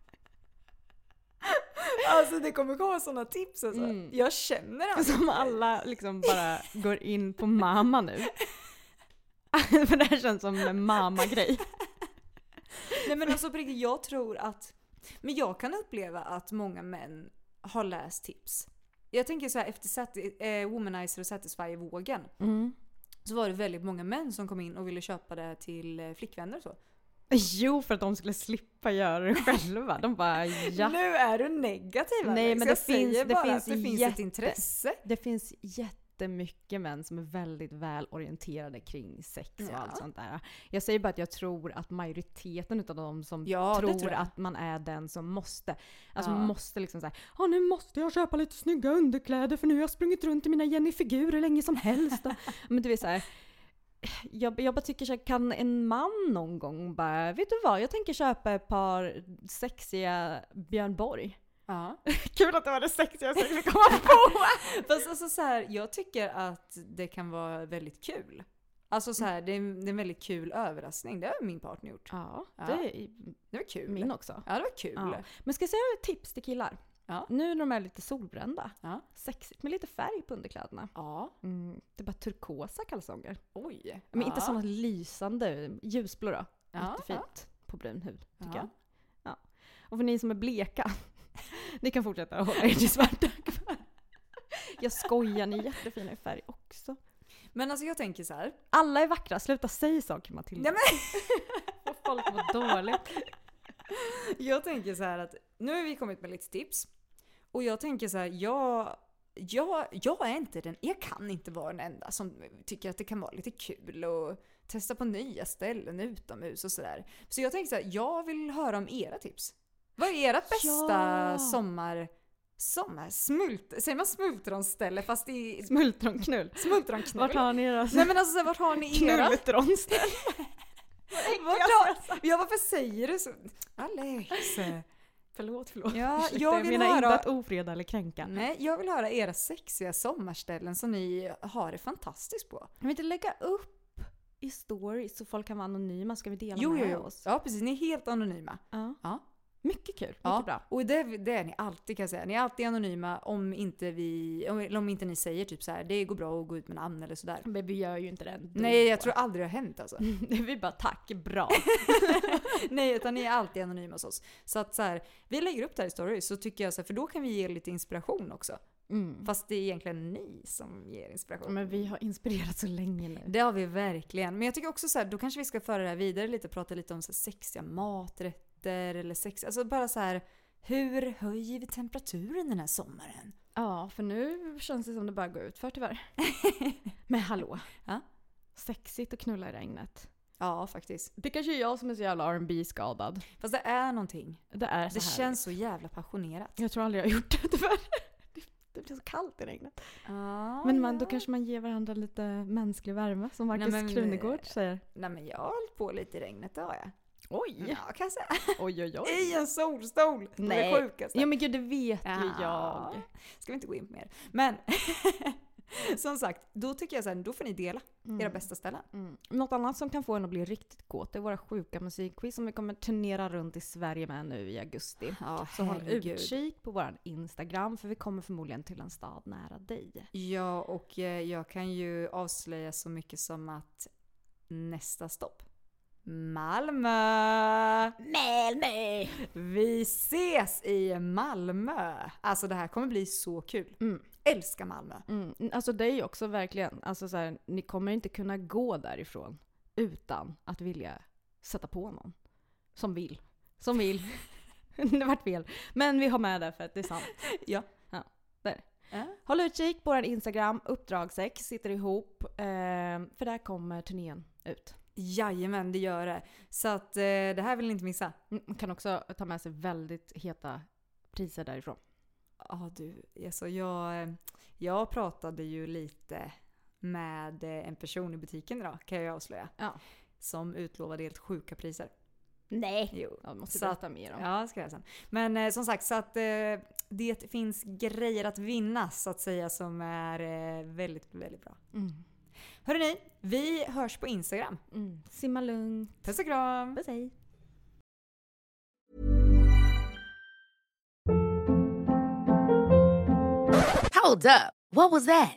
Speaker 1: Alltså det kommer komma sådana tips alltså.
Speaker 2: Mm.
Speaker 1: Jag känner alltså.
Speaker 2: Som alla liksom bara går in på mamma nu. För det här känns som en mamma-grej.
Speaker 1: Nej men alltså på riktigt, jag tror att... Men jag kan uppleva att många män har läst tips. Jag tänker så här efter sati- eh, Womanizer och Satisfyer-vågen.
Speaker 2: Mm.
Speaker 1: Så var det väldigt många män som kom in och ville köpa det till eh, flickvänner och så.
Speaker 2: Jo, för att de skulle slippa göra det själva. De bara ja.
Speaker 1: Nu är du negativ
Speaker 2: Nej,
Speaker 1: Alex.
Speaker 2: men
Speaker 1: jag
Speaker 2: det finns-
Speaker 1: säger
Speaker 2: det
Speaker 1: bara
Speaker 2: finns
Speaker 1: att det finns ett
Speaker 2: jätte-
Speaker 1: intresse.
Speaker 2: Det finns jättemycket män som är väldigt väl orienterade kring sex och
Speaker 1: Ja.
Speaker 2: allt sånt där. Jag säger bara att jag tror att majoriteten utav de som
Speaker 1: Ja, det
Speaker 2: tror,
Speaker 1: tror jag.
Speaker 2: att man är den som måste, alltså
Speaker 1: Ja.
Speaker 2: måste liksom såhär ja nu måste jag köpa lite snygga underkläder för nu har jag sprungit runt i mina Jenny-figurer hur länge som helst. Och, men du vet såhär, jag, jag bara tycker såhär, kan en man någon gång bara, vet du vad, jag tänker köpa ett par sexiga Björn Borg.
Speaker 1: Ja.
Speaker 2: Kul att det var det sexigaste jag fick komma på!
Speaker 1: Fast alltså så här, jag tycker att det kan vara väldigt kul. Alltså så här, det, är, en- det är en väldigt kul överraskning. Det har min partner gjort.
Speaker 2: Ja,
Speaker 1: Ja.
Speaker 2: det är
Speaker 1: Det var kul.
Speaker 2: min också.
Speaker 1: Ja, det var kul.
Speaker 2: Ja. Men ska jag säga ett tips till killar?
Speaker 1: Ja.
Speaker 2: Nu när de är lite solbrända,
Speaker 1: Ja.
Speaker 2: sexigt med lite färg på underkläderna.
Speaker 1: Ja.
Speaker 2: Mm, det är bara turkosa kalsonger.
Speaker 1: Oj.
Speaker 2: Men
Speaker 1: ja.
Speaker 2: inte sådana lysande, ljusblå då.
Speaker 1: Ja,
Speaker 2: Jättefint på brun hud
Speaker 1: Ja.
Speaker 2: tycker jag. Ja. Och för ni som är bleka, ni kan fortsätta hålla er till svarta. jag skojar, ni är jättefina i färg också.
Speaker 1: Men alltså jag tänker så här.
Speaker 2: Alla är vackra, sluta säga saker Matilda.
Speaker 1: Nej, men,
Speaker 2: Får folk må dåligt.
Speaker 1: jag tänker så här att nu har vi kommit med lite tips. Och jag tänker så här, jag, jag, jag är inte den, jag kan inte vara den enda som tycker att det kan vara lite kul och testa på nya ställen utomhus och sådär. Så jag tänker så här, jag vill höra om era tips. Vad är ert bästa
Speaker 2: Ja.
Speaker 1: sommar... Sommar... Smult, säger man smultronställe fast i
Speaker 2: Smultronknull.
Speaker 1: smultronknull?
Speaker 2: Vart har ni era
Speaker 1: Nej men alltså så här, vart har ni era?
Speaker 2: knulltronställ?
Speaker 1: Vart har, jag varför säger du så? Alex!
Speaker 2: Förlåt, förlåt.
Speaker 1: Ja,
Speaker 2: Alltså, Ursäkta,
Speaker 1: jag vill
Speaker 2: menar
Speaker 1: höra...
Speaker 2: inte att ofreda eller kränka.
Speaker 1: Nej, jag vill höra era sexiga sommarställen som ni har det fantastiskt på.
Speaker 2: Kan vi inte lägga upp i stories så folk kan vara anonyma? Ska vi dela
Speaker 1: Jo, jo,
Speaker 2: med
Speaker 1: jo.
Speaker 2: oss?
Speaker 1: Ja, precis. Ni är helt anonyma.
Speaker 2: Ja.
Speaker 1: Ja.
Speaker 2: Mycket kul, mycket bra.
Speaker 1: Och det, det är ni alltid kan jag säga. Ni är alltid anonyma om inte, vi, om, eller om inte ni säger typ så här. det går bra att gå ut med namn eller sådär.
Speaker 2: Men vi gör ju inte det ändå.
Speaker 1: Nej, jag tror aldrig det har hänt alltså.
Speaker 2: vi bara tack, bra.
Speaker 1: Nej, utan ni är alltid anonyma hos oss. Så att så här, vi lägger upp det här i stories så tycker jag så här, för då kan vi ge lite inspiration också.
Speaker 2: Mm.
Speaker 1: Fast det är egentligen ni som ger inspiration.
Speaker 2: Men vi har inspirerat så länge nu.
Speaker 1: Det har vi verkligen. Men jag tycker också så här, då kanske vi ska föra det här vidare lite och prata lite om så här sexiga maträtter eller sex, alltså bara så här hur höjer vi temperaturen den här sommaren?
Speaker 2: Ja, för nu känns det som det bara går ut för tyvärr. Men hallå.
Speaker 1: Ja.
Speaker 2: Sexigt att knulla i regnet.
Speaker 1: Ja, faktiskt.
Speaker 2: Det kanske är jag som är så jävla rb skadad
Speaker 1: Fast det är någonting.
Speaker 2: Det är så
Speaker 1: Det
Speaker 2: härligt.
Speaker 1: känns så jävla passionerat.
Speaker 2: Jag tror aldrig jag har gjort det tyvärr. Det- Det blir så kallt i regnet.
Speaker 1: Ah,
Speaker 2: Men man,
Speaker 1: ja.
Speaker 2: då kanske man ger varandra lite mänsklig värme som
Speaker 1: Nej,
Speaker 2: Markus
Speaker 1: men-
Speaker 2: Krunegård säger.
Speaker 1: Nej men jag har hållit på lite i regnet, det har jag.
Speaker 2: Oj!
Speaker 1: Ja, kan jag säga.
Speaker 2: Oj oj
Speaker 1: I en solstol! Det är
Speaker 2: Nej.
Speaker 1: det sjukaste.
Speaker 2: Ja men gud det vet ju
Speaker 1: Ja.
Speaker 2: jag.
Speaker 1: Ska vi inte gå in på mer. Men Som sagt, då tycker jag så här, då får ni dela era bästa ställen.
Speaker 2: Mm. Något annat som kan få en att bli riktigt kåt det är våra sjuka musikquiz som vi kommer turnera runt i Sverige med nu i augusti.
Speaker 1: Ja,
Speaker 2: så håll
Speaker 1: herregud.
Speaker 2: utkik på vår Instagram för vi kommer förmodligen till en stad nära dig.
Speaker 1: Ja, och eh, jag kan ju avslöja så mycket som att nästa stopp. Malmö! Malmö! Vi ses i Malmö! Alltså det här kommer bli så kul. Älskar Malmö.
Speaker 2: Mm. Alltså dig också verkligen. Alltså så här, ni kommer inte kunna gå därifrån utan att vilja sätta på någon. Som vill. Som vill. det vart fel. Men vi har med det för att det är sant.
Speaker 1: Ja.
Speaker 2: ja där. Håll utkik på vår Instagram, uppdrag 6 sitter ihop. Eh, för där kommer turnén ut.
Speaker 1: Jajamän, det gör det. Så att eh, det här vill ni inte missa.
Speaker 2: Mm, Man kan också ta med sig väldigt heta priser därifrån.
Speaker 1: Ja du, alltså jag, jag pratade ju lite med eh, en person i butiken idag kan jag avslöja.
Speaker 2: Ja.
Speaker 1: Som utlovade helt sjuka priser.
Speaker 2: Nej!
Speaker 1: Jo.
Speaker 2: Ja, vi måste
Speaker 1: Så att-
Speaker 2: berätta mer om.
Speaker 1: Ja, det ska jag sen. Men eh, som sagt, så att eh, det finns grejer att vinna så att säga som är eh, väldigt, väldigt bra. Mm. Hörrni, vi hörs på Instagram.
Speaker 2: Mm. Simma lugnt.
Speaker 1: Puss och kram!
Speaker 2: Puss hej!
Speaker 3: Hold up. What was that?